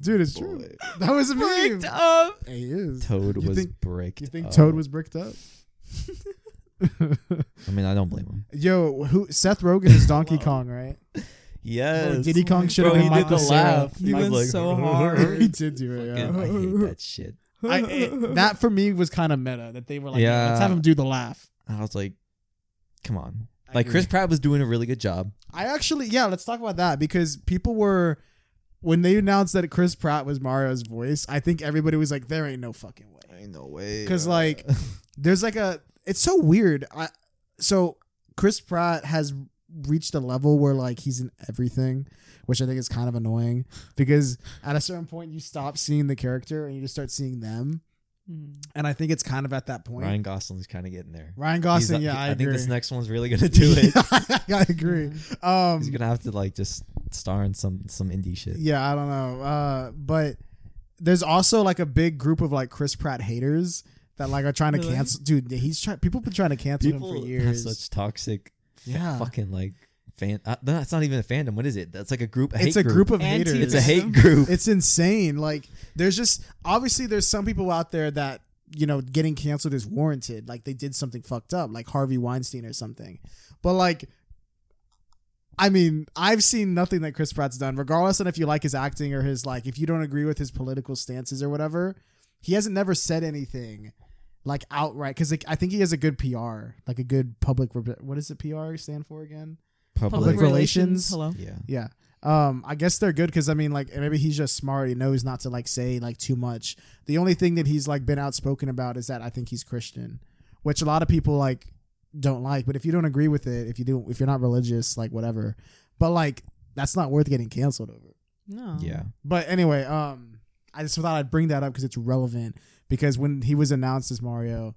S2: Dude, it's true.
S1: Boy.
S2: That was a meme.
S3: Bricked up.
S2: He is.
S1: Toad
S2: You
S1: was
S2: think-
S1: bricked.
S2: You think
S1: up.
S2: Toad was bricked up?
S1: I mean, I don't blame him.
S2: Yo, who? Seth Rogen is Donkey
S1: Wow.
S2: Kong, right?
S1: Yes.
S2: Oh, Diddy Kong should have
S1: Bro,
S2: been
S1: he did
S2: Michael
S1: the
S2: Cera.
S1: laugh.
S3: He
S1: was
S3: went
S1: like,
S3: so hard.
S2: he did do it.
S1: Fucking- I
S2: Yeah.
S1: hate that shit.
S2: I, it, that for me was kind of meta that they were like, yeah.
S1: Yeah.
S2: let's have him do the laugh.
S1: I was like, come on.
S2: I
S1: Like
S2: agree.
S1: Chris Pratt was doing a really good job.
S2: I actually, yeah, let's talk about that because people were when they announced that Chris Pratt was Mario's voice. I think everybody was like, there ain't no fucking way.
S1: Ain't no way.
S2: 'Cause, like- There's like a. It's so weird. I so Chris Pratt has reached a level where like he's in everything, which I think is kind of annoying because at a certain point you stop seeing the character and you just start seeing them.
S3: Mm.
S2: And I think it's kind of at that point.
S1: Ryan Gosling's kind of getting there.
S2: Ryan
S1: He's- uh,
S2: Gosling, yeah,
S1: he-
S2: I,
S1: I, think
S2: agree.
S1: this next one's really gonna do it.
S2: I agree. Um,
S1: He's gonna have to like just star in some some indie shit.
S2: yeah, I don't know. Uh, but there's also like a big group of like Chris Pratt haters that like are trying to
S3: Really?
S2: cancel. Dude, he's trying. People been trying to cancel him for
S1: People have
S2: years.
S1: such toxic,
S2: yeah,
S1: fucking like fan. Uh, no, that's not even a fandom. What is it? That's like a group. A hate
S2: it's a group, of
S3: Anti-
S2: haters.
S1: It's a hate group.
S2: It's insane. Like there's just obviously there's some people out there that you know getting canceled is warranted. Like they did something fucked up, like Harvey Weinstein or something. But like, I mean, I've seen nothing that Chris Pratt's done, regardless of if you like his acting or his like, if you don't agree with his political stances or whatever. He hasn't never said anything like outright because like, I think he has a good PR, like a good public. Re- what does the PR stand for again? Public relations.
S3: Hello.
S1: Yeah.
S2: Yeah. Um, I guess they're good because I mean, like maybe he's just smart. He knows not to like say like too much. The only thing that he's like been outspoken about is that I think he's Christian, which a lot of people like don't like. But if you don't agree with it, if you do, if you're not religious, like whatever. But like that's not worth getting canceled over. Um,
S3: No.
S1: Yeah.
S2: But anyway, um, I just thought I'd bring that up because it's relevant. Because when he was announced as Mario,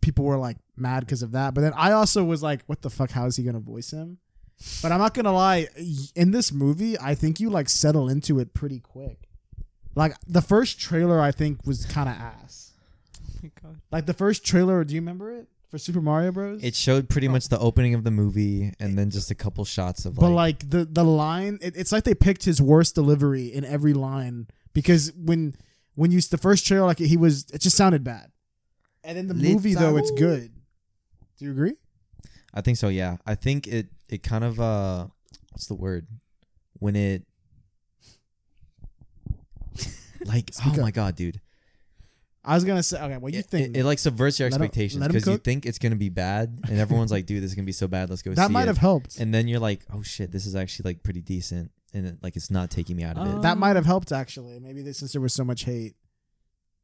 S2: people were like mad because of that. But then I also was like, "What the fuck? How is he gonna voice him?" But I'm not gonna lie. In this movie, I think you like settle into it pretty quick. Like the first trailer, I think was kind of ass.
S3: Oh my God.
S2: Like the first trailer, do you remember it for Super Mario Bros?
S1: It showed pretty much the opening of the movie and then just a couple shots of like,
S2: But like the the line, it, it's like they picked his worst delivery in every line because when when you the first trailer, like he was, it just sounded bad. And in the movie though, it's
S1: Little-
S2: good. Do you agree?
S1: I think so, yeah. I think it it kind of uh what's the word? When it like
S2: Speak
S1: oh
S2: up.
S1: my god, dude.
S2: I was gonna say okay. What you
S1: it,
S2: think?
S1: It, it, like subverts your
S2: Let 'em-
S1: expectations
S2: let 'em
S1: because you
S2: cook.
S1: think it's gonna be bad and everyone's like, dude, this is gonna be so bad, let's go
S2: that
S1: see
S2: might
S1: it.
S2: have helped.
S1: and then you're like, oh shit, this is actually like pretty decent and it, like it's not taking me out of
S3: Oh.
S1: it.
S2: Uh, that might have helped actually. Maybe this, since there was so much hate.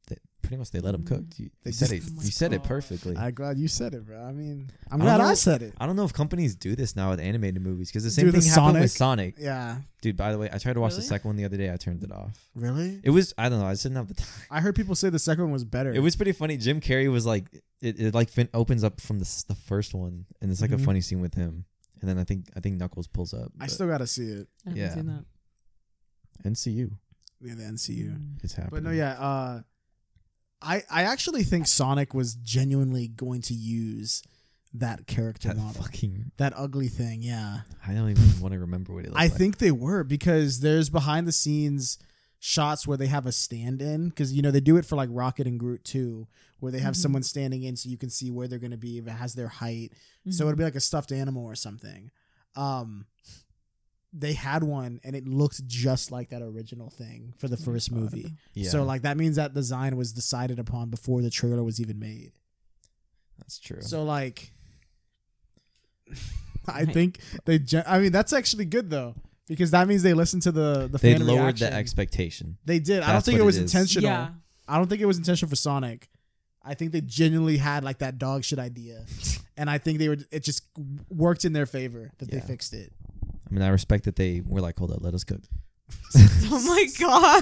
S1: That- pretty much they let him cook. You,
S2: They
S1: you said it
S2: just-
S3: Oh my
S1: you said it
S3: gosh.
S1: perfectly. I,
S2: I'm glad you said it, bro. I mean, I'm
S1: I
S2: glad
S1: don't
S2: I
S1: know-
S2: said it.
S1: don't know if companies do this now with animated movies because the same
S2: Do the
S1: thing happened with Sonic.
S2: Yeah.
S1: Dude, by the way, I tried to watch the
S3: Really?
S1: second one the other day. I turned it off.
S2: Really?
S1: It was I don't know. I just didn't have the time.
S2: I heard people say the second one was better.
S1: It was pretty funny. Jim Carrey was like, it, it like fin- opens up from the s- the first one, and it's like
S2: Mhm.
S1: a funny scene with him. And then I think I think Knuckles pulls up.
S2: I
S1: but
S2: still gotta see it.
S3: I haven't
S1: Yeah.
S3: seen that.
S1: NCU.
S2: Yeah, the NCU.
S3: Mm.
S1: It's happening.
S2: But no, yeah. Uh, I I actually think Sonic was genuinely going to use that character
S1: That
S2: model,
S1: fucking.
S2: that ugly thing. Yeah,
S1: I don't even want to remember what it. Looked
S2: I
S1: like.
S2: think they were because there's behind the scenes shots where they have a stand in because you know they do it for like Rocket and Groot too, where they have
S3: Mhm.
S1: Mm-hmm.
S2: someone standing in so you can see where they're gonna be if it has their height,
S3: Mm.
S1: Mm-hmm.
S2: so it'd be like a stuffed animal or something. Um, they had one and it looked just like that original thing for the
S3: Oh my
S2: first
S3: God.
S2: movie.
S1: Yeah,
S2: So like that means that design was decided upon before the trailer was even made.
S1: that's true.
S2: So like, I
S3: Right.
S2: think they. Gen- I mean, that's actually good though because that means they listened to the the
S1: they
S2: fan
S1: lowered
S2: reaction.
S1: the expectation.
S2: They did. I don't
S1: That's
S2: think
S1: what
S2: it
S1: it
S2: was
S1: is.
S2: intentional.
S3: Yeah.
S2: I don't think it was intentional for Sonic. I think they genuinely had like that dog shit idea, and I think they were. It just worked in their favor that they
S1: Yeah.
S2: fixed it.
S1: I mean, I respect that they were like, hold up, let us cook.
S3: Oh my god.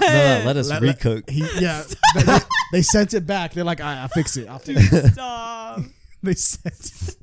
S1: No, no, let us
S2: Let- let-
S1: recook.
S2: He, yeah, they, they- they sent it back. They're like, I, I fix it. I'll fix it.
S3: Dude, stop.
S2: They sent.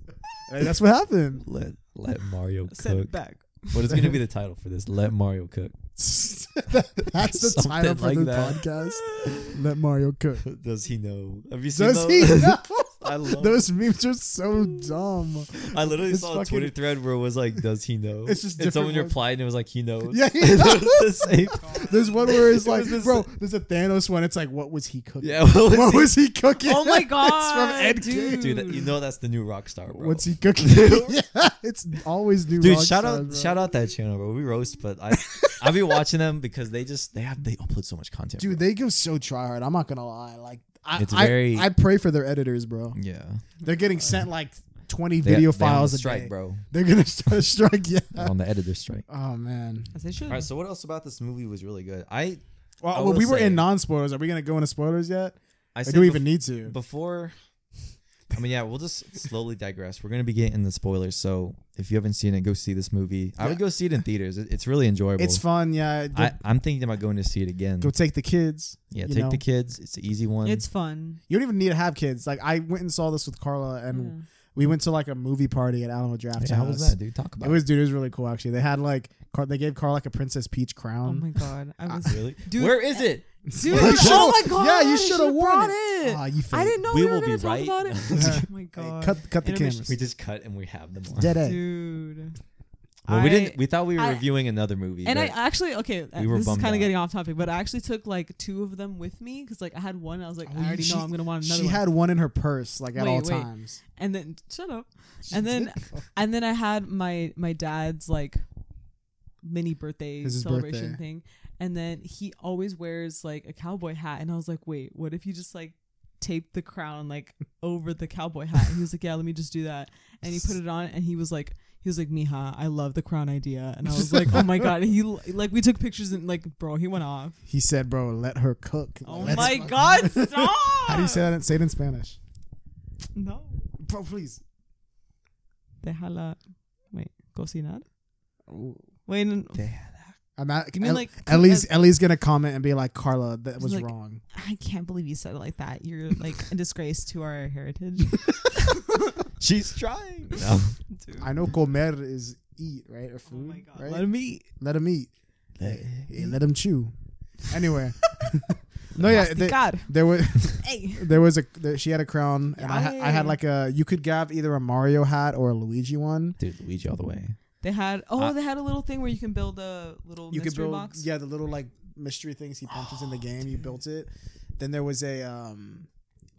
S2: it. That's what happened.
S1: Let let Mario
S3: Send
S1: cook.
S3: it back.
S1: What is gonna be the title for this? Let Mario cook.
S2: That's the
S1: Something
S2: title for
S1: like
S2: the
S1: that.
S2: podcast. Let Mario cook.
S1: Does he know? Have you seen?
S2: Does
S1: those?
S2: he? know?
S1: I love.
S2: Those memes are so dumb.
S1: I literally
S2: It's
S1: saw a
S2: fucking-
S1: Twitter thread where it was like, "Does he know?"
S2: It's just
S1: and someone
S2: different words.
S1: replied and it was like, "He knows."
S2: Yeah,
S1: It was the same.
S2: There's one where it's
S1: It
S2: like,
S1: was this-
S2: bro, there's a Thanos one. It's like, what was he cooking?
S1: Yeah. What was
S2: what
S1: he-
S2: was he cooking?
S3: Oh my
S2: It's
S3: God,
S2: from Ed
S3: dude.
S2: King.
S1: dude? That, you know that's the new rock star, bro.
S2: What's he cooking? yeah, it's always new.
S1: Dude,
S2: rock
S1: shout
S2: stars,
S1: out,
S2: bro.
S1: shout out that channel, bro. We roast, but I, I've been watching them because they just they have they upload so much content,
S2: dude.
S1: bro.
S2: They go so try hard. I'm not gonna lie. Like, I,
S1: It's
S2: I,
S1: very-
S2: I pray for their editors, bro.
S1: yeah,
S2: They're getting sent like 20
S1: They-
S2: video
S1: they on
S2: files
S1: the
S2: a
S1: strike,
S2: day.
S1: bro.
S2: They're gonna start a strike. Yeah.
S1: They're on the editor strike.
S2: Oh man.
S3: As they should.
S1: All right, so what else about this movie was really good? I I
S2: Well,
S1: will
S2: we were
S1: say-
S2: in non spoilers. Are we gonna go into spoilers yet?
S1: I
S2: Or
S1: said
S2: do we
S1: bef-
S2: even need to?
S1: before. I mean, yeah, we'll just slowly digress. We're gonna be getting the spoilers, so if you haven't seen it, go see this movie. I would
S2: Yeah.
S1: go see it in theaters. It- It's really enjoyable.
S2: It's fun. Yeah. Go,
S1: I, I'm thinking about going to see it again.
S2: go take the kids.
S1: yeah,
S2: you
S1: take
S2: know.
S1: the kids. It's an easy one.
S3: It's fun.
S2: You don't even need to have kids. Like I went and saw this with Carla, and
S3: Yeah.
S2: we went to like a movie party at Alamo Draft
S1: yeah, how
S2: House.
S1: was that, dude? Talk about
S2: It was dude. It was really cool actually. They had like Car- they gave Carl like a Princess Peach
S3: Oh
S2: crown.
S3: my god. I was
S1: it. really.
S3: Dude,
S1: Where is it?
S3: Dude,
S2: Ah. You should've-
S3: oh my god.
S2: yeah, you
S3: I
S2: should've
S3: should've
S2: worn
S3: brought
S2: it. Ah, you
S3: Oh I
S2: fake.
S3: didn't know
S1: We
S3: we,
S1: will
S3: were
S1: be
S3: going to talk
S1: right
S3: about it.
S1: now.
S3: oh my
S2: Hey,
S3: god.
S2: cut cut the
S3: Intermission.
S2: cameras.
S1: We just cut and we have them. on.
S2: Dead egg.
S3: Dude.
S1: Well, we
S3: I-
S1: didn't. We thought we were
S3: I-
S1: reviewing another movie.
S3: And I
S1: but
S3: actually okay. uh,
S1: we were
S3: this is
S1: bummed
S3: kind
S1: out.
S3: of getting off topic, but I actually took like two of them with me because like I had one. I was like,
S2: Oh,
S3: I already
S2: she-
S3: know I'm gonna want another
S2: She
S3: one.
S2: had one in her purse like at
S3: Wait,
S2: all
S3: wait.
S2: times.
S3: and then shut up.
S2: She
S3: And then-
S2: did.
S3: And then I had my my dad's like mini birthday
S2: This is
S3: celebration
S2: birthday.
S3: thing. And then he always wears like a cowboy hat, and I was like, wait, what if you just like tape the crown like over the cowboy hat? And he was like, yeah, let me just do that. And he put it on, and he was like. He was like, Mija, I love the crown idea. And I was like, oh my God. And he, like, we took pictures and, like, bro, he went off.
S2: he said, "Bro, let her cook."
S3: Oh
S2: Let's
S3: my
S2: fuck-
S3: God, stop.
S2: How do you say that? in- Say it in Spanish,
S3: No.
S2: bro. Please.
S3: Déjala. Wait, cocinar?
S2: Ooh.
S3: Wait, no, no.
S2: I'm at,
S3: You mean,
S2: El-
S3: like,
S2: Ellie's
S3: as-
S2: Ellie's gonna comment and be like, "Carla, that
S3: She's
S2: was
S3: like-
S2: wrong."
S3: I can't believe you said it like that. You're like a disgrace to our heritage.
S1: she's trying. No.
S3: Dude.
S2: I know comer is eat, right? Or
S3: Oh
S2: food,
S3: my god.
S2: right?
S3: Let him eat.
S2: Let him eat. Hey, hey, let him chew. Anyway, no, yeah, they,
S3: God.
S2: there was
S3: Hey.
S2: there was a there, she had a crown, and I, ha- I had
S3: Yay.
S2: like a you could grab either a Mario hat or a Luigi one.
S1: Dude, Luigi all the way.
S3: They had oh,
S1: Uh,
S3: they had a little thing where you can build a little
S2: You could
S3: mystery
S2: build
S3: box. Oh,
S2: yeah the little like mystery things he punches in the game. You built it. Then there was a um,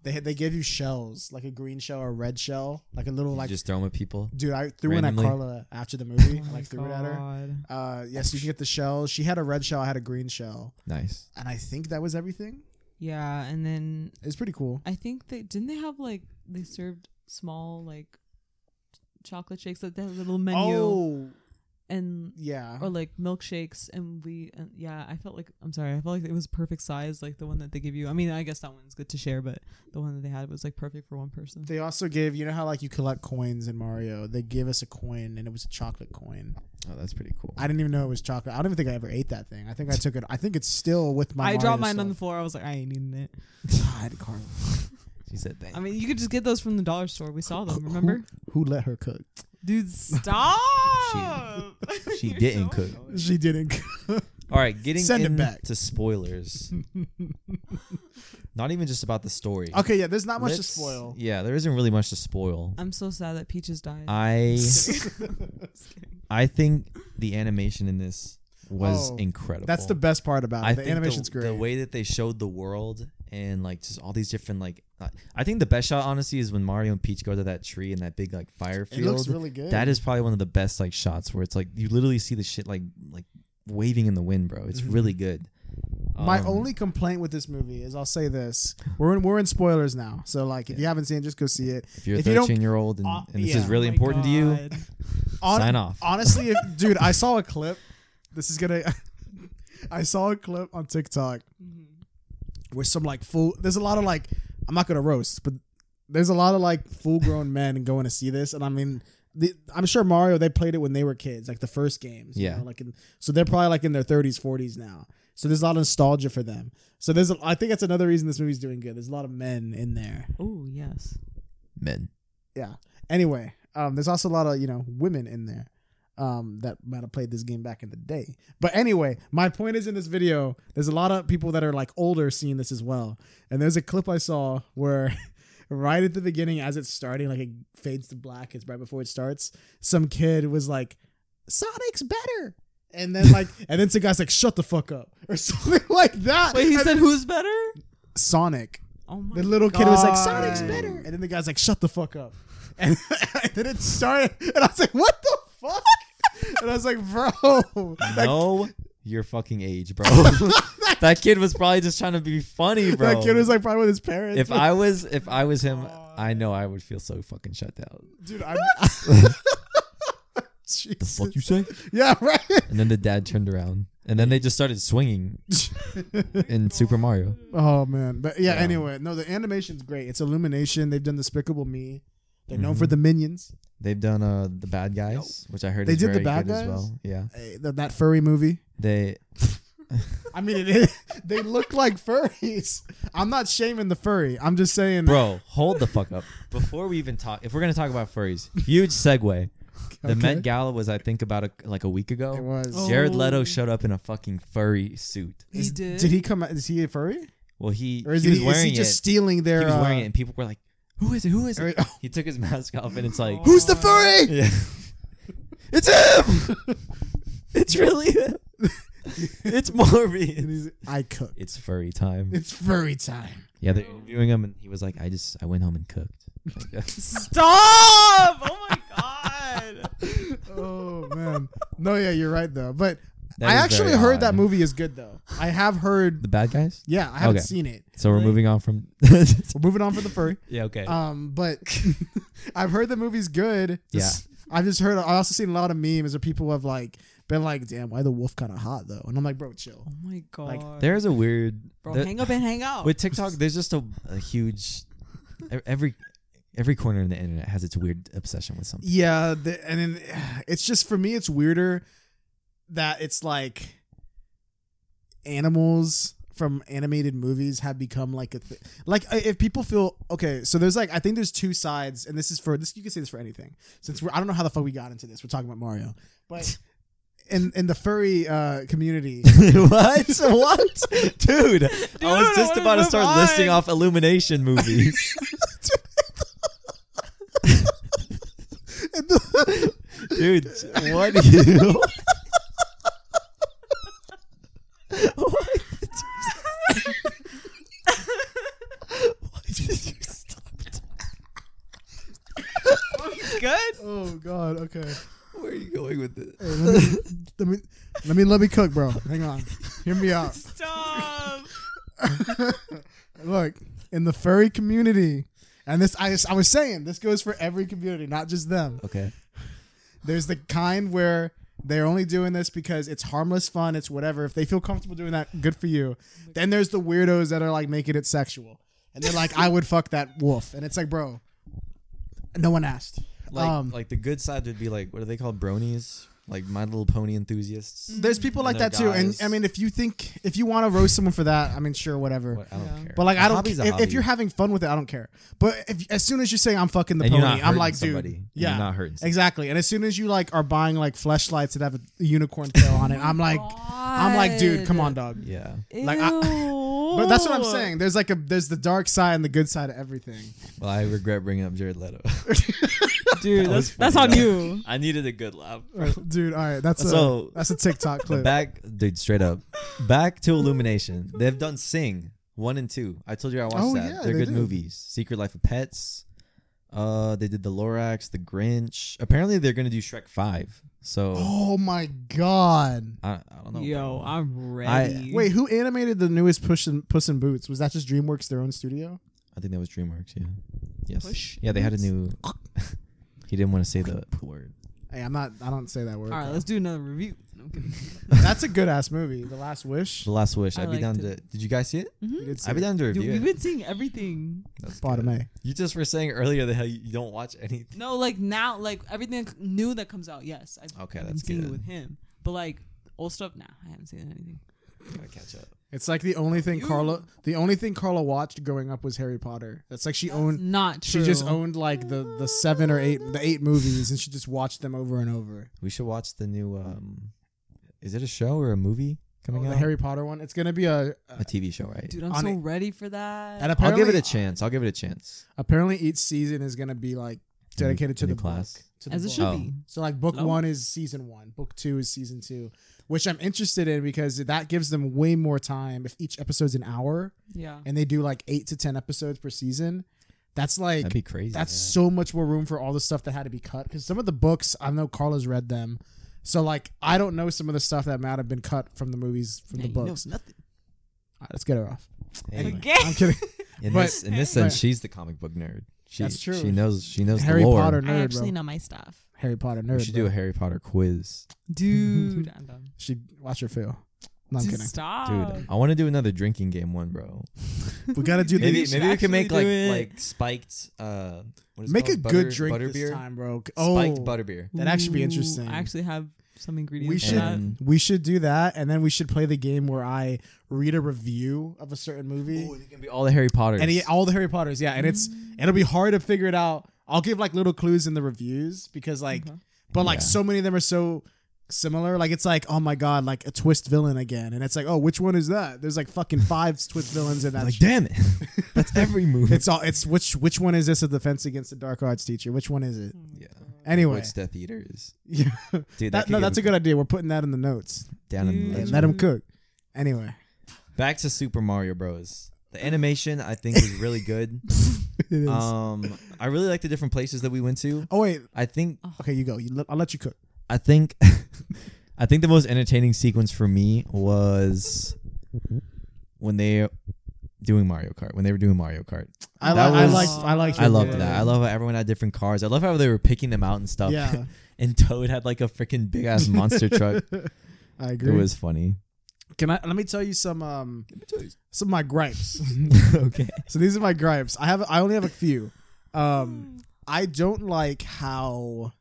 S2: they had, they gave you shells like a green shell or a red shell, like a little
S1: You
S2: like
S1: just throw them at people.
S2: dude. I threw
S1: randomly.
S2: one at Carla after the movie.
S3: Oh
S2: I,
S3: my
S2: like threw it at her.
S3: God.
S2: Uh, yes, you can get the shells. She had a red shell. I had a green shell,
S1: Nice.
S2: and I think that was everything.
S3: Yeah, and then
S2: It was pretty cool.
S3: I think they didn't they have like they served small like chocolate shakes like that little menu
S2: Oh
S3: and
S2: yeah.
S3: or like milkshakes and we and yeah i felt like i'm sorry i felt like it was perfect size like the one that they give you i mean i guess that one's good to share but the one that they had was like perfect for one person
S2: They also gave you know how like you collect coins in Mario. They gave us a coin and it was a chocolate coin.
S1: Oh, that's pretty cool.
S2: I didn't even know it was chocolate. I don't even think I ever ate that thing. I think I took it. I think it's still with my.
S3: i
S2: Mario
S3: dropped mine on the
S2: stuff.
S3: floor i was like i ain't eating it
S2: God, Carla.
S1: she said that.
S3: i mean you could just get those from the dollar store we saw them
S2: Who-
S3: remember
S2: Who, let her cook?
S3: dude stop
S1: she
S3: You're
S1: didn't
S3: so
S1: cook.
S3: annoying.
S2: She didn't. cook.
S1: All right, getting
S2: Send it
S1: into
S2: back.
S1: spoilers. Not even just about the story.
S2: okay, yeah. There's not much to
S1: Let's-
S2: spoil.
S1: Yeah, there isn't really much to spoil.
S3: i'm so sad that peaches died
S1: I
S3: Just kidding.
S1: I think the animation in this was
S2: Oh,
S1: incredible.
S2: That's the best part about it.
S1: I
S2: the
S1: think
S2: animation's great.
S1: The way that they showed the world and like just all these different like, uh, I think the best shot honestly is when Mario and Peach go to that tree and that big like fire
S2: it looks
S1: field.
S2: really good.
S1: that is probably one of the best like shots where it's like you literally see the shit like like waving in the wind, bro. It's
S2: Mhm.
S1: really good.
S2: My
S1: Um,
S2: only complaint with this movie is I'll say this: we're in we're in spoilers now, so like if you haven't seen, it, just go see it.
S1: if you're a
S2: if you don't-
S1: 13 year old and,
S2: Uh,
S1: and this
S2: yeah.
S1: is really
S3: Oh my
S1: important to you,
S3: God.
S2: Hon-
S1: sign off.
S2: Honestly, if, dude, I saw a clip. This is gonna. I saw a clip on TikTok
S3: Mhm.
S2: where some like full. There's a lot of like. I'm not gonna roast, but there's a lot of like full grown men going to see this, and I mean. The, I'm sure Mario. They played it when they were kids, like the first games. you
S1: Yeah.
S2: know, like, in, so they're probably like in their 30s, 40s now. So there's a lot of nostalgia for them. So there's. A, I think that's another reason this movie's doing good. There's a lot of men in there.
S3: oh yes
S1: Men.
S2: yeah. Anyway, um, there's also a lot of you know women in there um, that might have played this game back in the day. But anyway, my point is in this video, there's a lot of people that are like older seeing this as well. And there's a clip I saw where right at the beginning as it's starting, like it fades to black. It's right before it starts. Some kid was like, "Sonic's better," and then like, and then some guy's like, "Shut the fuck up" or something like that.
S3: Wait, he
S2: And
S3: said who's better?
S2: Sonic.
S3: Oh my
S2: The little kid was like,
S3: God.
S2: "Sonic's better," and then the guy's like, "Shut the fuck up," and, and then it started, and I was like, "What the fuck?" And I was like, "Bro, that
S1: Know your fucking age, bro. that kid was probably just trying to be funny, bro.
S2: That kid was like probably with his parents.
S1: if I was if I was him, I know I would feel so fucking shut down.
S2: dude, I'm.
S1: The
S2: Jesus.
S1: fuck you say?
S2: Yeah, right.
S1: And then the dad turned around, and then they just started swinging in Super Mario.
S2: oh man, but yeah.
S1: Yeah.
S2: Anyway, no, the animation's great. It's Illumination. They've done Despicable Me. They're known for
S1: Mm-hmm.
S2: the Minions.
S1: They've done uh the bad guys, which I heard
S2: They
S1: is
S2: did the
S1: very
S2: bad
S1: good
S2: guys?
S1: as well. Yeah,
S2: Eh, th- that furry movie.
S1: they
S2: I mean, it is. They look like furries. I'm not shaming the furry. I'm just saying,
S1: bro, hold the fuck up. Before we even talk, if we're gonna talk about furries, huge segue. The Met Gala was, I think, about a, like a week
S2: It
S1: ago.
S2: was.
S3: Oh.
S1: Jared Leto showed up in a fucking furry suit.
S3: He
S2: Is-
S3: did.
S2: Did he come? out- Is he a furry?
S1: Well, he
S2: Or is
S1: he was
S2: he, is
S1: wearing
S2: he just
S1: it.
S2: stealing their?
S1: he was
S2: uh,
S1: wearing it, and people were like, "Who is it? Who is it?"
S2: or-
S1: He took his mask off, and it's like,
S3: "Oh."
S2: Who's the furry?
S1: yeah. it's him. it's really him. it's
S2: And
S1: Morbius.
S2: he's- I cook.
S1: It's furry time.
S2: It's furry time.
S1: Yeah, they're interviewing him, and he was like, "I just I went home and cooked." Like,
S3: Stop! Oh my god.
S2: oh man. No, yeah, you're right though. But
S1: That
S2: I
S1: is
S2: actually
S1: very
S2: heard
S1: odd.
S2: that movie is good though. I have heard.
S1: the bad guys.
S2: Yeah, I haven't
S1: Okay.
S2: seen it.
S1: So we're
S3: Like-
S1: moving on from.
S2: We're moving on from the furry.
S1: yeah. Okay.
S2: Um, but I've heard the movie's good.
S1: Yeah.
S2: I've just heard. I also seen a lot of memes where people have like been like, "Damn, why the wolf kind of hot though?" And I'm like, "Bro, chill."
S3: Oh my god.
S1: there's a weird.
S3: Bro,
S1: there-
S3: hang up and hang out.
S1: with TikTok, there's just a, a huge. e- Every every corner of the internet has its weird obsession with something.
S2: Yeah, the, and then it's just for me, it's weirder that it's like animals from animated movies have become like a th- like uh, if people feel okay so there's like i think there's two sides and this is for this you can say this for anything since we're i don't know how the fuck we got into this we're talking about mario but in in the furry uh community
S1: what? What? Dude, I was
S3: Dude,
S1: just
S3: what
S1: about to
S3: is
S1: start
S3: going
S1: listing
S3: on?
S1: off Illumination movies. Dude, what do you? What did you- Why did you stop?
S3: good.
S2: oh god okay
S1: Where are you going with this?
S2: Hey, let me let me let me let me cook bro hang on hear me out
S3: Stop.
S2: Look, in the furry community, and this I, I was saying this goes for every community, not just them.
S1: Okay.
S2: There's the kind where they're only doing this because it's harmless fun, it's whatever. If they feel comfortable doing that, good for you. Then there's the weirdos that are like making it sexual, and they're like, I would fuck that wolf, and it's like, bro, no one asked.
S1: Like,
S2: um,
S1: like the good side would be like, what are they called? Bronies? Like My Little Pony enthusiasts?
S2: there's people like
S1: they're
S2: that too, and
S1: guys.
S2: I mean, if you think if you want to roast someone for that, I mean, sure, whatever.
S1: What, I don't
S3: Yeah.
S1: care.
S2: But like
S1: A
S2: I don't
S1: hobby's
S2: if,
S1: a
S2: if
S1: hobby.
S2: you're having fun with it, I don't care. But if, as soon as you're saying I'm fucking the
S1: And you're
S2: pony,
S1: not
S2: I'm
S1: hurting
S2: like, dude,
S1: somebody. And
S2: yeah,
S1: you're not hurting somebody.
S2: exactly. And as soon as you like are buying like fleshlights that have a unicorn tail on it, I'm like, I'm like, dude, come on, dog.
S1: yeah.
S2: Like, I- But that's what I'm saying. There's like a there's the dark side and the good side of everything.
S1: Well, I regret bringing up Jared Leto.
S3: dude.
S1: That
S3: that's
S1: was
S3: that's on
S1: funny,
S3: you.
S1: I needed a good laugh.
S2: dude, all right, that's
S1: So-
S2: a that's a TikTok clip.
S1: Back, dude, straight up. Back to Illumination. They've done Sing one and two. I told you I watched
S2: Oh,
S1: that.
S2: yeah,
S1: They're
S2: they
S1: good
S2: did.
S1: movies. Secret Life of Pets. Uh, they did the Lorax, the Grinch. Apparently, they're gonna do Shrek five. So
S2: oh my god.
S1: I, I don't know.
S3: Yo, I'm ready.
S1: ready.
S2: Wait, who animated the newest Push in, Puss in Boots? Was that just DreamWorks, their own studio?
S1: I think that was DreamWorks. Yeah. Yes.
S3: Push
S1: yeah, they had a new. he didn't want to say the, the word.
S2: Hey, I'm not. I don't say that word.
S3: All right, let's do another review. No, I'm kidding.
S2: That's a good ass movie. The Last Wish.
S1: The Last Wish.
S3: I
S1: I'd be down
S3: liked
S1: to. Did you guys see it?
S2: We did see
S1: I'd be
S2: it.
S1: down to
S3: Mm-hmm. Dude,
S1: review
S3: we've
S1: it.
S3: been seeing everything.
S1: That's
S2: Bottom
S1: good.
S2: A.
S1: You just were saying earlier that how you you don't watch anything.
S3: No, like now, like everything new that comes out. Yes, I've,
S1: Okay,
S3: I've
S1: that's
S3: been seeing
S1: good.
S3: it with him. But like old stuff, nah, I haven't seen anything.
S1: Gotta catch up.
S2: It's like the only thing
S3: You-
S2: Carla the only thing Carla watched growing up was Harry Potter. That's like she owned
S3: Not true.
S2: she just owned like the the seven or eight the eight movies and she just watched them over and over.
S1: We should watch the new. um Is it a show or a movie? coming
S2: the
S1: out?
S2: Oh, Harry Potter one. It's gonna be a.
S1: a TV show, right?
S3: Dude, I'm
S2: On
S3: so
S2: it-
S3: ready for that.
S2: and
S1: I'll
S2: apparently,
S1: give it a chance. I'll give it a chance.
S2: apparently, each season is gonna be like dedicated to
S1: Any
S2: the
S1: class.
S2: book. To the
S3: As it
S2: book.
S3: should
S1: Oh.
S3: be.
S2: So like book
S3: No.
S2: one is season one, book two is season two, which I'm interested in because that gives them way more time. If each episode's an hour
S3: Yeah.
S2: and they do like eight to ten episodes per season, that's like
S1: That'd be crazy.
S2: that's
S1: yeah.
S2: so much more room for all the stuff that had to be cut. Because some of the books I know Carla's read them, so like I don't know some of the stuff that might have been cut from the movies from the books.
S3: nothing.
S2: All right, let's get her off.
S1: Hey,
S2: Anyway,
S3: Okay.
S2: I'm kidding.
S1: in
S2: but-
S1: this in this sense,
S2: but-
S1: she's the comic book nerd. She,
S2: That's true.
S1: She knows she knows
S2: Harry
S1: the lore.
S2: Potter
S4: I
S2: nerd,
S4: actually
S2: bro.
S4: know my stuff.
S2: Harry Potter nerd.
S1: we should do a Harry Potter quiz,
S3: Dude, I'm done.
S2: She watch her fail. No, I'm
S3: Just
S2: kidding.
S3: Stop.
S1: dude. I want to do another drinking game one, bro.
S2: We gotta do
S1: Maybe
S2: the
S3: should
S1: maybe we can make
S3: actually
S1: like
S3: do it.
S1: like spiked. Uh, what is it
S2: make a
S1: called? Butter-
S2: good drink
S1: butter
S2: this
S1: beer?
S2: time, bro. Oh,
S1: Spiked butter beer.
S2: That'd actually be
S3: Ooh,
S2: interesting.
S3: I actually have some ingredients.
S2: We
S3: for
S2: should-
S3: that.
S1: And
S2: We should do that, and then we should play the game where I read a review of a certain movie,
S1: Ooh, it can be all the Harry Potters.
S2: and he, oh, all the Harry Potters. Yeah, and it's
S4: Mm.
S2: it'll be hard to figure it out. I'll give like little clues in the reviews because like,
S3: Okay.
S2: but like
S1: Yeah.
S2: so many of them are so similar. Like it's like oh my god, like a twist villain again, and it's like oh which one is that? There's like fucking five twist villains in that.
S1: like,
S2: shit.
S1: damn it, that's every movie.
S2: It's all it's which which one is this a defense against the dark arts teacher? Which one is it?
S1: yeah.
S2: Anyway,
S1: Which Death Eater is?
S2: yeah,
S1: Dude,
S2: that,
S1: could
S2: no,
S1: get
S2: that's a good idea. We're putting that in the notes.
S1: down in
S3: Dude.
S1: the
S2: Hey,
S1: legend.
S2: let him cook. Anyway,
S1: Back to Super Mario Bros. The animation I think was really good.
S2: It is.
S1: Um, I really like the different places that we went to.
S2: oh wait,
S1: I think
S2: okay, you go. You let, I'll let you cook.
S1: I think I think the most entertaining sequence for me was when they doing Mario Kart. When they were doing Mario Kart,
S2: I,
S1: That
S2: li- I
S1: was-
S2: liked. I liked.
S1: I
S2: your
S1: loved
S2: video.
S1: that. I love how everyone had different cars. I love how they were picking them out and stuff.
S2: Yeah,
S1: and Toad had like a freaking big ass monster truck.
S2: I
S1: It
S2: agree.
S1: was funny.
S2: Can I let me tell you some um some of my gripes.
S1: okay.
S2: so these are my gripes. I have I only have a few. Um, I don't like how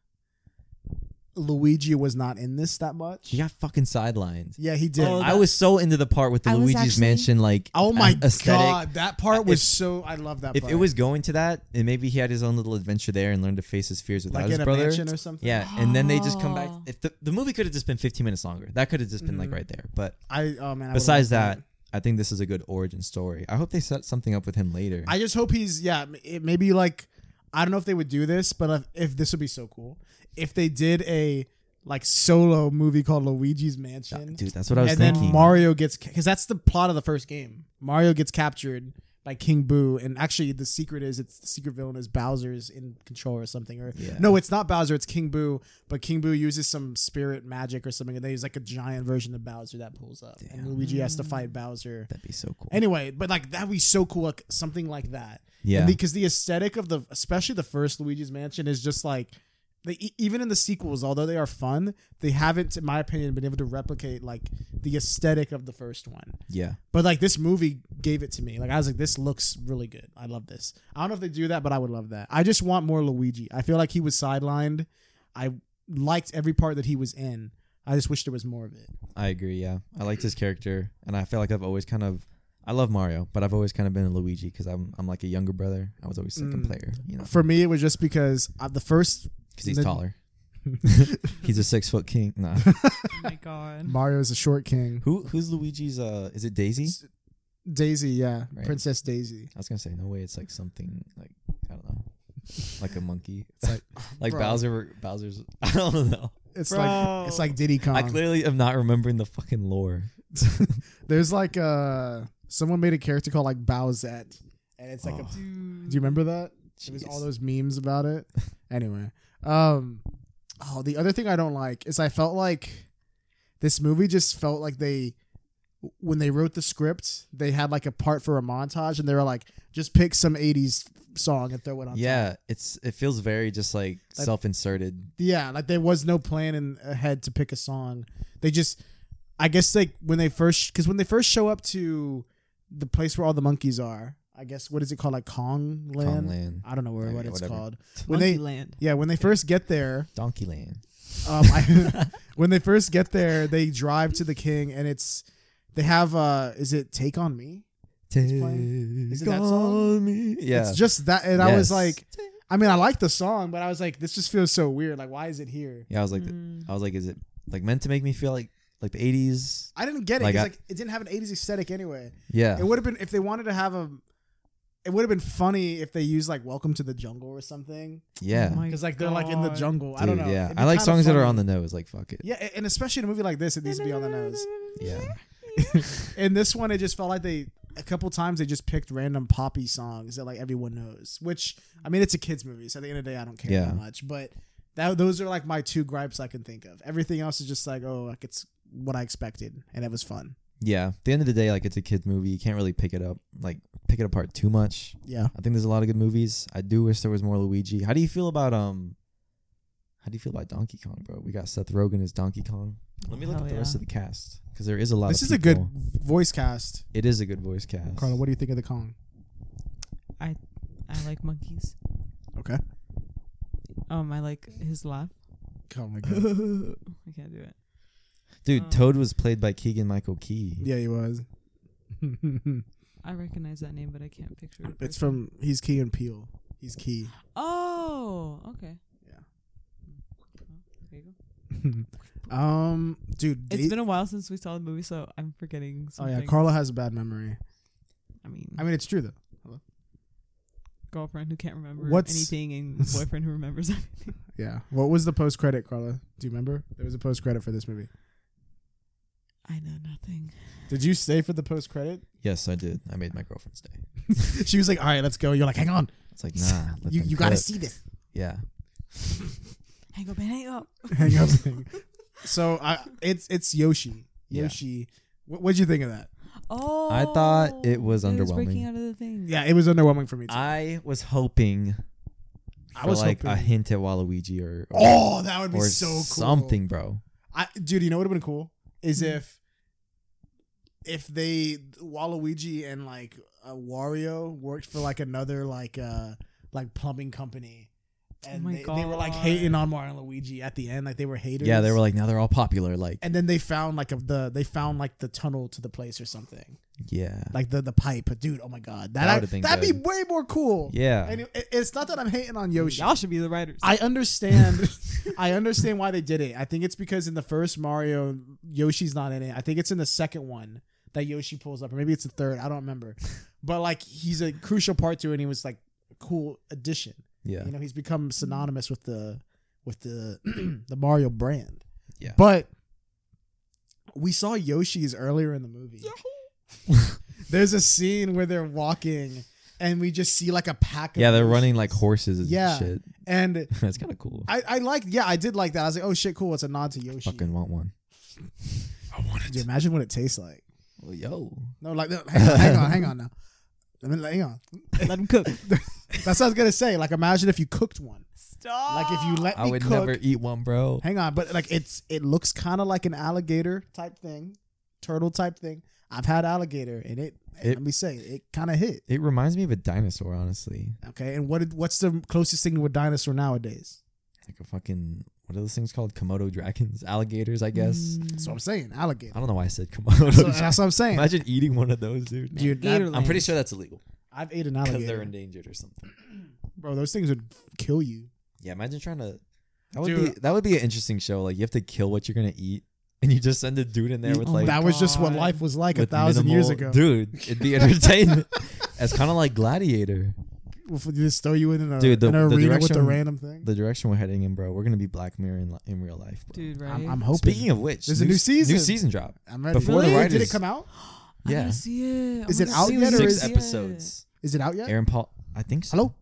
S2: Luigi was not in this that much.
S1: She got fucking sidelined.
S2: yeah, he did.
S3: Oh,
S1: I was so into the part with the
S4: I was
S1: Luigi's
S4: actually-
S1: Mansion like
S2: oh my
S1: a- aesthetic. Uh,
S2: god, that part was
S1: If-
S2: so. I love that.
S1: If
S2: part.
S1: it was going to that, and maybe he had his own little adventure there and learned to face his fears without
S2: like
S1: his
S2: in a
S1: brother.
S2: mansion or something,
S1: Yeah, and then they just come back.
S4: Oh.
S1: If the, the movie could have just been 15 minutes longer, that could have just been like
S2: Mhm.
S1: right there. But
S2: I oh man. I would've
S1: besides
S2: liked
S1: that, I think this is a good origin story. I hope they set something up with him later.
S2: I just hope he's yeah. m- It, maybe like I don't know if they would do this, but if, if this would be so cool if they did a like solo movie called Luigi's Mansion,
S1: Dude, that's what I was
S2: and
S1: thinking.
S2: then Mario gets because that's the plot of the first game. Mario gets captured by King Boo, and actually the secret is it's the secret villain is Bowser's in control or something. Or
S1: Yeah.
S2: no, it's not Bowser, it's King Boo. But King Boo uses some spirit magic or something, and they use like a giant version of Bowser that pulls up,
S1: Damn.
S2: and Luigi has to fight Bowser.
S1: That'd be so cool.
S2: Anyway, but like that'd be so cool, like something like that.
S1: Yeah.
S2: because the aesthetic of the, especially the first Luigi's Mansion, is just like, they, e- even in the sequels, although they are fun, they haven't, in my opinion, been able to replicate like the aesthetic of the first one.
S1: yeah.
S2: But like this movie gave it to me. Like I was like, this looks really good. I love this. I don't know if they do that, but I would love that. I just want more Luigi. I feel like he was sidelined. I liked every part that he was in. I just wish there was more of it.
S1: I agree. Yeah, I liked his character, and I feel like I've always kind of, I love Mario, but I've always kind of been a Luigi because I'm I'm like a younger brother. I was always second
S2: Mm.
S1: player, you know,
S2: For me, it was just because uh, the first
S1: because he's
S2: The-
S1: taller. he's a six foot king. Nah.
S3: Oh my god.
S2: Mario is a short king.
S1: Who who's Luigi's? Uh, is it Daisy?
S2: Daisy, yeah,
S1: Right.
S2: Princess Daisy.
S1: I was gonna say no way. It's like something like I don't know, like a monkey,
S2: It's like,
S1: like
S2: bro,
S1: Bowser. Bowser's. I don't know.
S2: It's
S3: Bro.
S2: like it's like Diddy Kong.
S1: I clearly am not remembering the fucking lore.
S2: There's like uh someone made a character called like Bowsette, and it's like a.
S1: Oh.
S3: Dude.
S2: Do you remember that? It was
S1: Jeez.
S2: all those memes about it. Anyway, um, oh, the other thing I don't like is I felt like this movie just felt like they, when they wrote the script, they had like a part for a montage, and they were like, just pick some '80s song and throw it on. top.
S1: yeah, it's it feels very just like
S2: Like-
S1: self inserted.
S2: Yeah, like there was no plan in ahead to pick a song. They just, I guess, like when they first, because when they first show up to the place where all the monkeys are, I guess what is it called, like Kong Land?
S1: Kong Land,
S2: I don't know where
S1: Okay,
S2: what it's
S1: whatever.
S2: called. When
S3: Monkey
S2: they,
S3: Land.
S2: yeah, when they first get there,
S1: Donkey Land.
S2: um, I, when they first get there, they drive to the king, and it's they have, uh is it Take on Me? playing- Is it that song?
S1: on me. Yeah.
S2: It's just that, and I
S1: Yes.
S2: was like, I mean, I like the song, but I was like, this just feels so weird. Like, why is it here?
S3: Mm.
S1: oh, yeah, I was like, I was like, is it like meant to make me feel like like the eighties.
S2: I didn't get it.
S1: Like,
S2: 'cause,
S1: I-
S2: like it didn't have an '80s aesthetic anyway.
S1: Yeah,
S2: It would have been if they wanted to have a. It would have been funny if they used like "Welcome to the Jungle" or something,
S1: yeah.
S3: Oh my
S2: because like they're like in the
S3: God.
S2: jungle.
S1: Dude,
S2: I don't know.
S1: Yeah,
S2: It'd be
S1: I like
S2: kinda
S1: songs that are
S2: funny.
S1: on the nose. Like fuck it.
S2: Yeah, a- and especially in a movie like this, it needs to be on the nose.
S1: Yeah.
S2: In this one, it just felt like they a couple times they just picked random poppy songs that like everyone knows. Which I mean, it's a kids movie, so at the end of the day, I don't care
S1: Yeah.
S2: that much. But that those are like my two gripes I can think of. Everything else is just like, oh, like it's what I expected, and it was fun.
S1: Yeah. At the end of the day, like it's a kid movie. You can't really pick it up, like pick it apart too much.
S2: Yeah,
S1: I think there's a lot of good movies. I do wish there was more Luigi. How do you feel about um? How do you feel about Donkey Kong, bro? We got Seth Rogen as Donkey Kong. Let me look
S3: Hell
S1: at the
S3: yeah.
S1: rest of the cast because there is a lot.
S2: this
S1: of
S2: is a good
S1: people.
S2: voice cast.
S1: It is a good voice cast.
S2: Carla, what do you think of the Kong?
S3: I like monkeys.
S2: Okay.
S3: Um, I like his laugh.
S2: Oh my
S3: I can't do it.
S1: Dude,
S3: Um,
S1: Toad was played by Keegan Michael Key.
S2: yeah, he was.
S3: I recognize that name, but I can't picture it.
S2: it's from he's Key and Peel. He's Key.
S3: Oh, okay.
S2: Yeah.
S3: Well, there you go.
S2: um, dude.
S3: It's
S2: they-
S3: been a while since we saw the movie, so I'm forgetting
S2: oh
S3: something.
S2: yeah, Carla has a bad memory.
S3: I mean,
S2: I mean, it's true though.
S3: girlfriend who can't remember
S2: What's-
S3: anything and boyfriend who remembers everything.
S2: Yeah. What was the post credit, Carla? Do you remember? There was a post credit for this movie.
S3: I know nothing.
S2: Did you stay for the post credit?
S1: Yes, I did. I made my girlfriend's day.
S2: she was like, "All right, let's go." You're like, "Hang on,
S1: It's like nah. let
S2: you
S1: them
S2: you gotta
S1: cook.
S2: see this."
S1: Yeah.
S3: Hang up, man, hang up.
S2: Hang up. so I, it's it's Yoshi.
S1: Yeah.
S2: Yoshi. What would you think of that?
S3: Oh,
S1: I thought it was
S3: It
S1: underwhelming.
S3: breaking out of the thing.
S2: Yeah, it was underwhelming for me. Too.
S1: I was hoping
S2: I
S1: for
S2: was
S1: like a
S2: hoping-
S1: hint at Waluigi or or,
S2: Oh, that would be
S1: or
S2: so cool.
S1: something, bro.
S2: I, dude, you know what would have been cool is
S3: Mhm.
S2: if if they Waluigi and like uh, Wario worked for like another like uh like plumbing company,
S3: Oh
S2: and
S3: my
S2: they, they were like
S3: God.
S2: hating on Mario and Luigi at the end, like they were haters.
S1: Yeah, they were like now they're all popular. Like
S2: and then they found like a, the they found like the tunnel to the place or something,
S1: yeah,
S2: like the the pipe. But dude, oh my god,
S1: That
S2: that, that
S1: would've been
S2: would be
S1: good.
S2: way more cool.
S1: yeah.
S2: And it, it's not that I'm hating on Yoshi.
S3: Y'all should be the writers.
S2: I understand. I understand why they did it. I think it's because in the first Mario, Yoshi's not in it. I think it's in the second one that Yoshi pulls up, or maybe it's the third. I don't remember. But like, he's a crucial part to it, and he was like a cool addition.
S1: yeah,
S2: You know, he's become synonymous with the with the the Mario brand.
S1: Yeah.
S2: But we saw Yoshi's earlier in the movie. There's a scene where they're walking, and we just see like a pack. of
S1: yeah. They're
S2: Yoshis.
S1: running like horses and
S2: Yeah.
S1: shit.
S2: and.
S1: That's kind of cool. I
S2: I, I liked, yeah, I did like that. I was like, oh shit, cool. It's a nod to Yoshi.
S1: fucking want one. I want
S2: Dude, imagine what it tastes like.
S1: Well, yo,
S2: No, like, no, hang, on, hang on, hang on now. Let me, hang on.
S3: Let him cook.
S2: That's what I was gonna say. Like, imagine if you cooked one.
S3: Stop.
S2: Like, if you let
S1: I
S2: me
S1: would
S2: cook.
S1: never eat one, bro.
S2: Hang on, but like, it's it looks kind of like an alligator type thing, turtle type thing. I've had alligator, and it.
S1: It-
S2: let me say, it kind of hit.
S1: It reminds me of a dinosaur, honestly.
S2: Okay, and what did, what's the closest thing to a dinosaur nowadays?
S1: Like a fucking what are those things called? Komodo dragons, alligators, I guess.
S2: That's what I'm saying, alligator.
S1: I don't know why I said Komodo.
S2: Mm. That's what,
S1: dragon.
S2: that's what I'm saying,
S1: Imagine eating one of those, dude.
S2: dude. that-
S3: Gatorland.
S1: I'm pretty sure that's illegal
S2: I've ate an
S1: because they're
S2: alligator,
S1: endangered or something.
S2: bro. Those things would kill you.
S1: Yeah, imagine trying to. That would
S2: Dude.
S1: be that would be an interesting show. Like you have to kill what you're gonna eat, and you just send a dude in there
S2: You-
S1: with
S3: oh
S1: like
S2: that was just what
S3: God.
S2: life was like a
S1: with
S2: thousand years
S1: minimal-
S2: ago.
S1: dude. It'd be entertainment. it's kind of like Gladiator.
S2: If we just throw you in an, uh,
S1: Dude, the-
S2: an
S1: the
S2: arena with a
S1: direction-
S2: random thing.
S1: The direction we're heading in, bro. We're gonna be Black Mirror in, li- in real life, bro.
S3: Dude, right?
S2: I'm, I'm hoping.
S1: Speaking of which,
S2: There's a new
S1: s-
S2: season.
S1: New season drop.
S2: I'm ready.
S1: before the
S2: did
S1: writers-
S2: it come out?
S3: I
S1: Yeah,
S3: gotta see it.
S2: Is
S3: I
S2: it
S3: wanna
S2: out
S3: see
S2: yet,
S3: what
S2: or
S3: it
S1: six
S2: is-
S1: episodes.
S2: Is it out yet?
S1: Aaron Paul, I think so.
S2: Hello.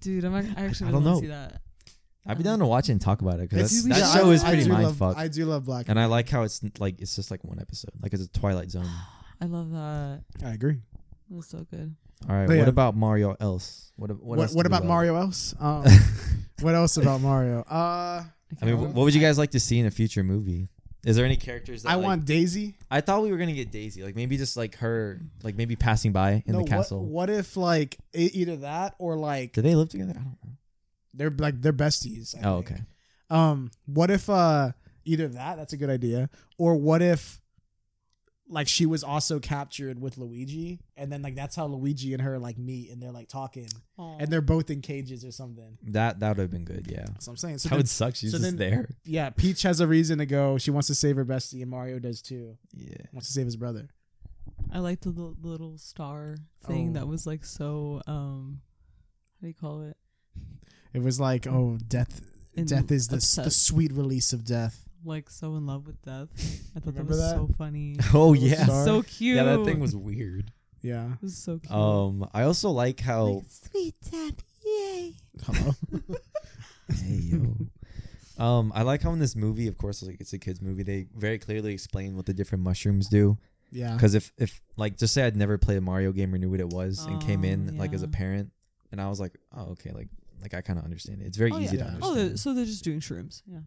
S3: Dude, I'm ac- I actually
S1: I don't
S3: wanna
S1: know.
S3: See that.
S1: I'd be down to watch it and talk about it because
S3: It's-
S1: that
S3: yeah,
S1: show
S3: I-
S1: is
S3: I
S1: pretty
S2: do
S1: mind
S2: love-
S1: fucked.
S2: I do love Black.
S1: And I like how it's like it's just like one episode, like it's a Twilight Zone.
S3: I love that.
S2: I agree.
S3: That's so good.
S1: All right,
S2: But
S1: what
S2: yeah.
S1: about Mario? Else, what ab-
S2: What
S1: what
S2: What,
S1: else do we
S2: about
S1: love?
S2: Mario else? Um, what else about Mario? Uh,
S1: I mean, wh- what would you guys like to see in a future movie? Is there any characters that
S2: I
S1: like-
S2: want Daisy.
S1: I thought we were gonna get Daisy, like maybe just like her, like maybe passing by in
S2: No,
S1: the castle.
S2: What, what if like e- either that or like
S1: Do they live together? I don't know.
S2: they're like they're besties? I
S1: Oh,
S2: think.
S1: okay.
S2: Um, what if uh either that? That's a good idea. Or what if like she was also captured with Luigi, and then like that's how Luigi and her like meet, and they're like talking, and they're both in cages or something.
S1: That that would have been good. Yeah.
S2: That's what I'm saying. So
S1: that
S2: then-
S1: would suck. She's
S2: so
S1: just
S2: then-
S1: there.
S2: yeah, Peach has a reason to go. She wants to save her bestie, and Mario does too.
S1: Yeah.
S2: Wants to save his brother.
S3: I liked the li- little star thing
S2: Oh.
S3: that was like so um how do you call it?
S2: It was like, oh, death.
S3: In-
S2: death is the, s- the
S3: obsessed.
S2: sweet release of death.
S3: Like so in love with death. I thought that
S2: Remember
S3: was
S2: that?
S3: so funny.
S1: Oh
S2: Little
S1: yeah.
S2: star.
S3: so cute.
S1: Yeah, that thing was weird.
S2: Yeah.
S3: It was so cute.
S1: Um, I also like how.
S3: Like, sweet death, yay.
S2: Hello.
S1: Hey, yo. Um, I like how in this movie, of course, like it's a kids movie. They very clearly explain what the different mushrooms do.
S3: Uh-huh.
S2: yeah.
S1: Because if if like just say I'd never played a Mario game or knew what it was and came in
S3: Oh,
S1: like as a
S3: yeah.
S1: parent, and I was like, oh okay, like like I kind of understand it. It's very
S3: Oh,
S1: easy
S2: yeah.
S1: to
S3: Oh,
S1: understand.
S3: they're, so they're just doing shrooms. Yeah.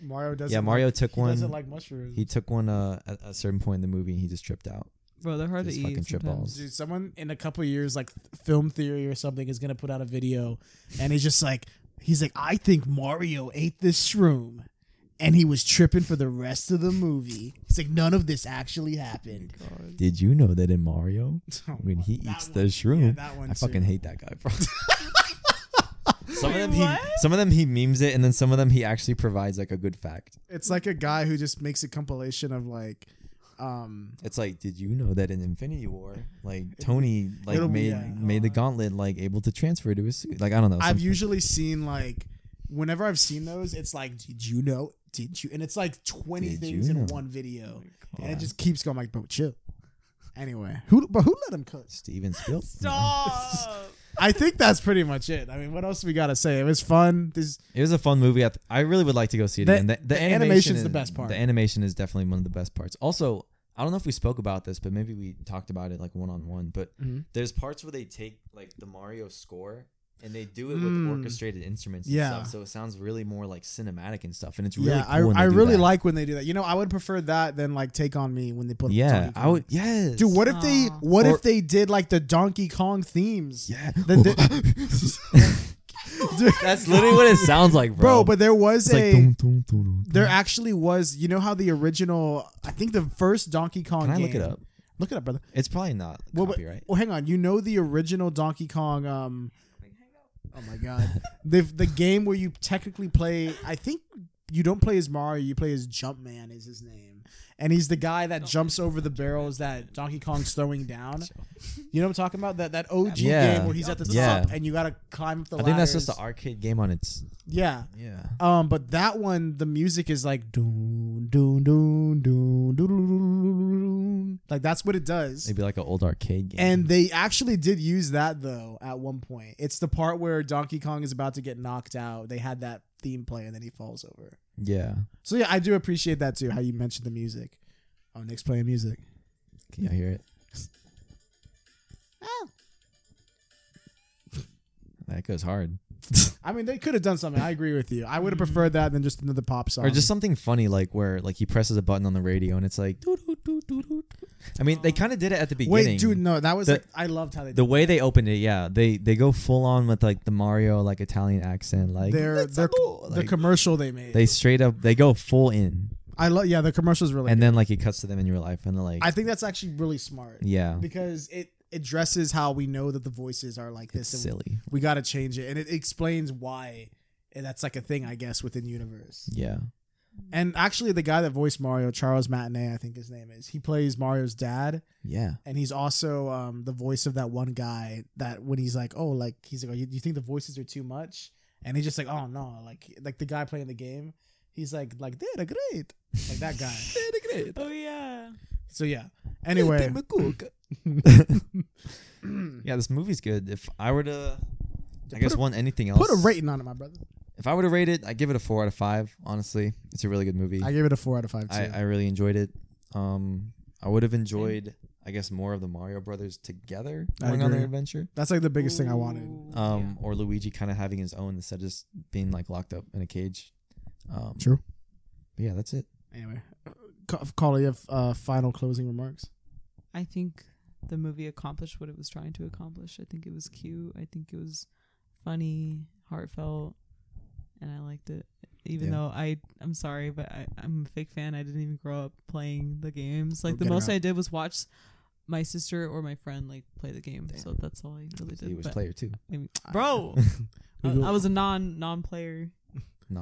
S2: Mario doesn't.
S1: yeah, Mario took
S2: like, he
S1: one.
S2: doesn't like mushrooms.
S1: he took one uh, at a certain point in the movie and he just tripped out.
S3: Bro, they're hard
S1: Just
S3: to
S1: fucking
S3: eat.
S1: trip
S3: sometimes.
S1: balls.
S2: Dude, someone in a couple of years, like th- film theory or something, is gonna put out a video, and he's just like, he's like, I think Mario ate this shroom, and he was tripping for the rest of the movie. He's like, none of this actually happened.
S1: Did you know that in Mario,
S2: Oh,
S1: when he
S2: that
S1: eats
S2: one-
S1: the shroom,
S2: yeah, that one
S1: I fucking
S2: too.
S1: hate that guy, bro. some
S3: Wait,
S1: of them he,
S3: what?
S1: some of them he memes it, and then some of them he actually provides like a good fact.
S2: It's like a guy who just makes a compilation of like, um,
S1: It's like, did you know that in Infinity War, like Tony like
S2: It'll
S1: made
S2: be- yeah.
S1: made the gauntlet like able to transfer to his suit? Like I don't know.
S2: I've
S1: something.
S2: usually seen like, whenever I've seen those, it's like, did you know? Did you? And it's like twenty
S1: Did
S2: things
S1: you
S2: in
S1: know?
S2: one video, and
S1: Yeah.
S2: it just keeps going. Like, bro, chill. Anyway, who but who let him cut?
S1: Steven Spielberg.
S3: Stop.
S2: I think that's pretty much it. I mean, what else we gotta say? It was fun. This
S1: It was a fun movie. I, th- I really would like to go see it
S2: The-
S1: again. The, the,
S2: the
S1: animation
S2: animation's
S1: is-
S2: the best part.
S1: The animation is definitely one of the best parts. Also, I don't know if we spoke about this, but maybe we talked about it like one on one. But
S2: Mhm.
S1: there's parts where they take like the Mario score and they do it
S2: Mm.
S1: with orchestrated instruments. And
S2: Yeah.
S1: stuff, so it sounds really more like cinematic and stuff. And it's really
S2: yeah,
S1: cool when
S2: I, I
S1: they do
S2: really
S1: that.
S2: like when they do that. You know, I would prefer that than like Take on Me when they put.
S1: Yeah,
S2: Donkey
S1: I
S2: Kong.
S1: would. Yes,
S2: Dude, what if they?
S3: Aw.
S2: What
S1: Or-
S2: if they did like the Donkey Kong themes?
S1: Yeah,
S2: Then Dude,
S1: that's literally what it sounds like,
S2: bro,
S1: bro.
S2: but there was
S1: it's like
S2: a.
S1: dum, dum, dum, dum,
S2: there
S1: dum.
S2: actually was. You know how the original? I think the first Donkey Kong.
S1: Can I look
S2: game-
S1: it up?
S2: Look it up, brother.
S1: It's probably not
S2: Well, but-
S1: copyright.
S2: Well, hang on. You know the original Donkey Kong. Um, oh my god, the the game where you technically play. I think you don't play as Mario. You play as Jumpman. Is his name, and he's the guy that jumps over the barrels that Donkey Kong's throwing down. You know what I'm talking about? That that OG
S1: Yeah.
S2: game where he's at the
S1: Yeah.
S2: top and you gotta climb up the.
S1: I think that's just
S2: ladders.
S1: the arcade game on its.
S2: Yeah.
S1: Yeah.
S2: Um, but that one, the music is like doon doon doon doon doon, doon, doon, doon. like that's what it does.
S1: Maybe like an old arcade game.
S2: And they actually did use that though at one point. It's the part where Donkey Kong is about to get knocked out. They had that theme play and then he falls over.
S1: yeah,
S2: So yeah, I do appreciate that too, how you mentioned the music. Oh, Nick's playing music.
S1: can you hear it?
S2: Oh.
S1: That goes hard.
S2: I mean, they could have done something. I agree with you. I would have preferred that than just another pop song.
S1: Mm-hmm. Or just something funny like where like he presses a button on the radio and it's like. doo-doo-doo-doo-doo. I mean, they kind of did it at the
S2: wait,
S1: beginning.
S2: dude, no, that was
S1: The-
S2: like, I loved how they
S1: The
S2: did.
S1: way they opened it, yeah, they they go full on with like the Mario like Italian accent, like
S2: their
S1: "Let's
S2: their
S1: go,"
S2: the
S1: like,
S2: commercial they made.
S1: they straight up they go full in,
S2: I love yeah, the commercial's really.
S1: and
S2: good.
S1: then like it cuts to them in real life, and they're like,
S2: I think that's actually really smart
S1: yeah,
S2: because it addresses how we know that the voices are like
S1: it's
S2: this and
S1: silly,
S2: we got to change it and it explains why and that's like a thing i guess within universe
S1: yeah,
S2: and actually the guy that voiced mario charles matinee i think his name is he plays mario's dad
S1: yeah.
S2: and he's also um, the voice of that one guy that when he's like oh like he's like oh, you, you think the voices are too much and he's just like oh no like like the guy playing the game he's like like they're great like that guy
S3: oh yeah.
S2: so yeah anyway
S1: yeah, this movie's good. If I were to, I
S2: Hmm. Put
S1: guess,
S2: a-
S1: want anything else,
S2: put a rating on it my brother
S1: If I were to rate it, I give it a four out of five. Honestly, it's a really good movie.
S2: i
S1: I
S2: gave it a four out of five too
S1: I, really enjoyed it. Um, I would have enjoyed, I guess, more of the Mario Brothers together
S2: I
S1: going on their
S2: agree.
S1: adventure.
S2: that's like the biggest thing i wanted
S3: Ooh,
S1: Um, or Luigi kind of having his own instead of just being like locked up in a cage. Um,
S2: True.
S1: but yeah, that's it.
S2: Anyway, Ca- Carla, you have uh, final closing remarks.
S3: I think the movie accomplished what it was trying to accomplish. I think it was cute. I think it was funny, heartfelt, and I liked it. Even
S1: Yeah.
S3: though I, I'm sorry, but I, I'm a fake fan. I didn't even grow up playing the games. Like
S2: We'll
S3: the
S2: get her
S3: most
S2: out.
S3: I did was watch my sister or my friend like play the game.
S1: Damn.
S3: So that's all I really did.
S1: He was
S3: But,
S1: player too.
S3: I mean,
S2: I-
S3: bro, I,
S2: We go-
S3: I was a non non player.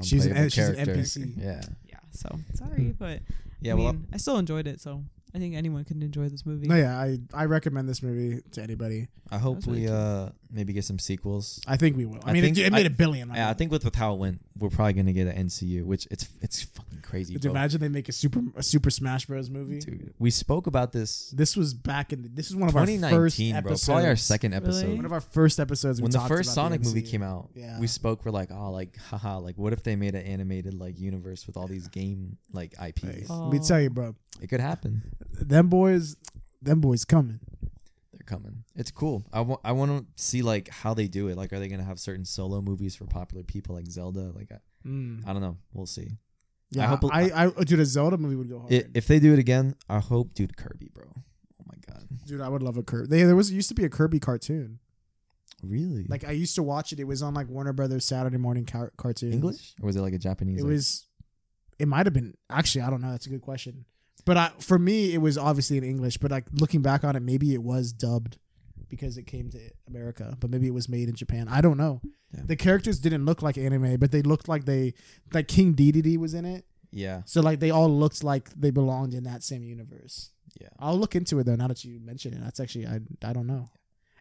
S2: She's an-
S1: Non-playable
S2: she's an
S1: character.
S2: NPC.
S1: Yeah.
S3: Yeah. So sorry, but
S1: Hmm. Yeah.
S3: I
S1: well,
S3: mean, I still enjoyed it. So I think anyone can enjoy this movie.
S2: No, yeah, I I recommend this movie to anybody.
S1: I hope
S3: That's really
S1: we
S3: cute.
S1: uh maybe get some sequels.
S2: I think we will. I,
S1: I
S2: mean,
S1: think-
S2: it, it made
S1: I-
S2: a billion.
S1: Yeah, I think with, with how it went, we're probably gonna get an NCU, which it's it's fucking crazy.
S2: Could you
S1: bro.
S2: imagine they make a super a Super Smash Bros. movie?
S1: Dude, we spoke about this
S2: This was back in. The, this is one of our first
S1: 2019, bro.
S2: episodes.
S1: Probably our second episode.
S3: Really?
S2: One of our first episodes.
S1: When the first Sonic movie came out,
S2: Yeah.
S1: we spoke. We're like, oh, like, haha, like, what if they made an animated like universe with all these game like IPs?
S2: let me
S3: Oh.
S2: tell you, bro.
S1: It could happen.
S2: Them boys, them boys coming.
S1: They're coming. It's cool. I want. I want to see like how they do it. Like, are they gonna have certain solo movies for popular people like Zelda? Like, I, I don't know. We'll see.
S2: Yeah, I,
S1: Mm. I hope-
S2: I, dude, a Zelda movie would go hard.
S1: I if they do it again, I hope, dude, Kirby, bro. Oh my god.
S2: dude, I would love a Kirby. They, there was used to be a Kirby cartoon.
S1: Really?
S2: Like I used to watch it. It was on like Warner Brothers Saturday morning car- cartoons.
S1: English or was it like a Japanese?
S2: It
S1: like-
S2: was. It might have been actually. I don't know. That's a good question. But I, for me, it was obviously in English. But like looking back on it, maybe it was dubbed because it came to America. But maybe it was made in Japan. I don't know.
S1: Yeah.
S2: The characters didn't look like anime, but they looked like they like King Dedede was in it.
S1: yeah,
S2: So like they all looked like they belonged in that same universe.
S1: yeah.
S2: I'll look into it though. Now that you mention it, that's actually I I don't know.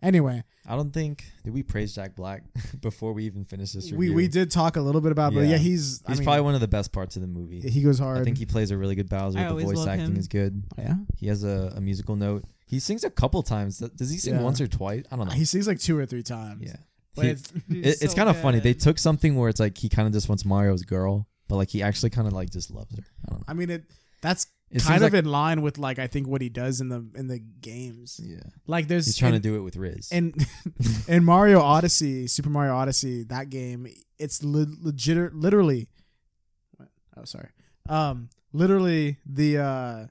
S2: Anyway,
S1: I don't think did we praise Jack Black before we even finished this
S2: we,
S1: review.
S2: we did talk a little bit about, but
S1: Yeah.
S2: yeah, he's I
S1: He's
S2: mean,
S1: probably one of the best parts of the movie.
S2: he goes hard.
S1: I think he plays a really good Bowser.
S3: I
S1: The
S3: always
S1: voice
S3: love
S1: acting
S3: him.
S1: is good.
S2: yeah,
S1: He has a, a musical note. He sings a couple times. Th- Does he sing
S2: Yeah.
S1: once or twice? I don't know.
S2: he sees like two or three times.
S1: yeah,
S2: but
S1: He-
S2: it's,
S3: Dude,
S1: it, it's
S3: so
S1: kind of funny. They
S3: good.
S1: took something where it's like he kind of just wants Mario's girl, but like he actually kind of like just loves her. I don't know.
S2: I mean it. That's
S1: It seems
S2: kind of
S1: like,
S2: in line with like I think what he does in the in the games.
S1: yeah.
S2: Like there's
S1: He's trying
S2: and,
S1: to do it with Riz.
S2: and in Mario Odyssey, Super Mario Odyssey, that game, it's le- legit, literally. What? Oh, sorry. Um, literally the uh,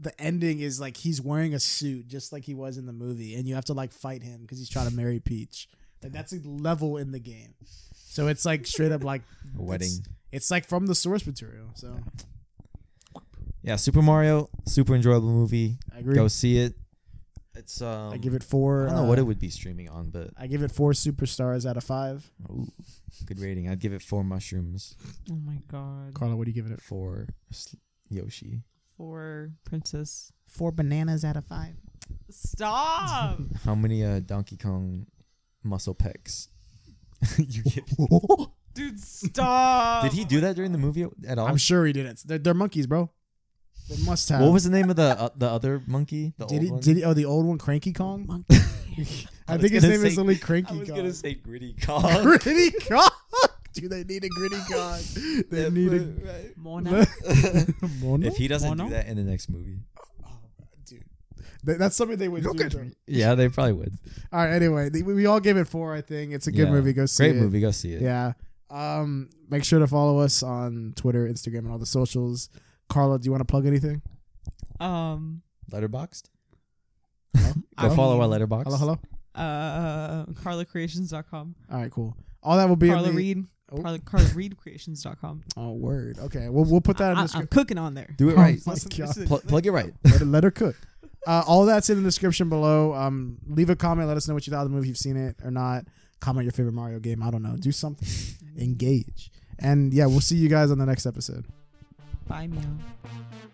S2: the ending is like he's wearing a suit just like he was in the movie, and you have to like fight him because he's trying to marry Peach. Like that's a level in the game, so it's like straight up like
S1: a wedding.
S2: It's, it's like from the source material. So
S1: Yeah, Super Mario, super enjoyable movie.
S2: I agree.
S1: Go see it. It's um.
S2: I give it four.
S1: I don't know
S2: uh,
S1: what it would be streaming on, but
S2: I give it four superstars out of five.
S1: ooh, good rating. I'd give it four mushrooms,
S3: Oh my god.
S2: Carla, what do you give it?
S1: four s- Yoshi.
S3: Four princess.
S2: Four bananas out of five.
S3: Stop.
S1: How many uh, Donkey Kong muscle pecs you give?
S3: Dude, stop.
S1: Did he do that during the movie at all?
S2: I'm sure he did it. They're, they're monkeys, bro. They must have.
S1: What was the name of the uh, the other monkey? The
S2: did
S1: old
S2: he?
S1: one?
S2: Did he? Oh, the old one, Cranky Kong.
S3: Monkey.
S2: I
S1: was
S2: think his
S1: gonna
S2: name is
S1: say-
S2: only Cranky
S1: I was
S2: Kong.
S1: gonna say Gritty Kong.
S2: Gritty Kong. Do they need a Gritty Kong? They need a.
S3: Mona.
S2: Mono?
S1: if he doesn't do
S3: Mono?
S1: that in the next movie,
S2: Oh, dude, Th- that's something they would do. bro.
S1: yeah, they probably would.
S2: All right. Anyway, th- we we all gave it four. I think it's a good
S1: Yeah.
S2: movie. Go see
S1: Great
S2: it.
S1: movie, go see it.
S2: Yeah. Um. Make sure to follow us on Twitter, Instagram, and all the socials. Carla, do you want to plug anything?
S3: um.
S1: Letterboxed.
S2: Hello?
S1: Go
S2: Hello?
S1: follow our letterbox.
S2: Hello, hello.
S3: Uh. CarlaCreations.com.
S2: All right, cool. All that will be
S3: Carla
S2: in the,
S3: Reed.
S2: Oh.
S3: Carla, Carla Reed Creations.com.
S2: Oh, word. Okay, we'll we'll put that in the
S3: I, I'm
S2: description.
S3: cooking on there.
S1: Do it
S2: Oh
S1: right.
S2: my God.
S1: Pl- plug it right.
S2: let, her, let her cook. Uh, all that's in the description below. Um, leave a comment. Let us know what you thought of the movie. If you've seen it or not. Comment your favorite Mario game. I don't know. Do something. Engage. And yeah, we'll see you guys on the next episode.
S3: Bye, meow.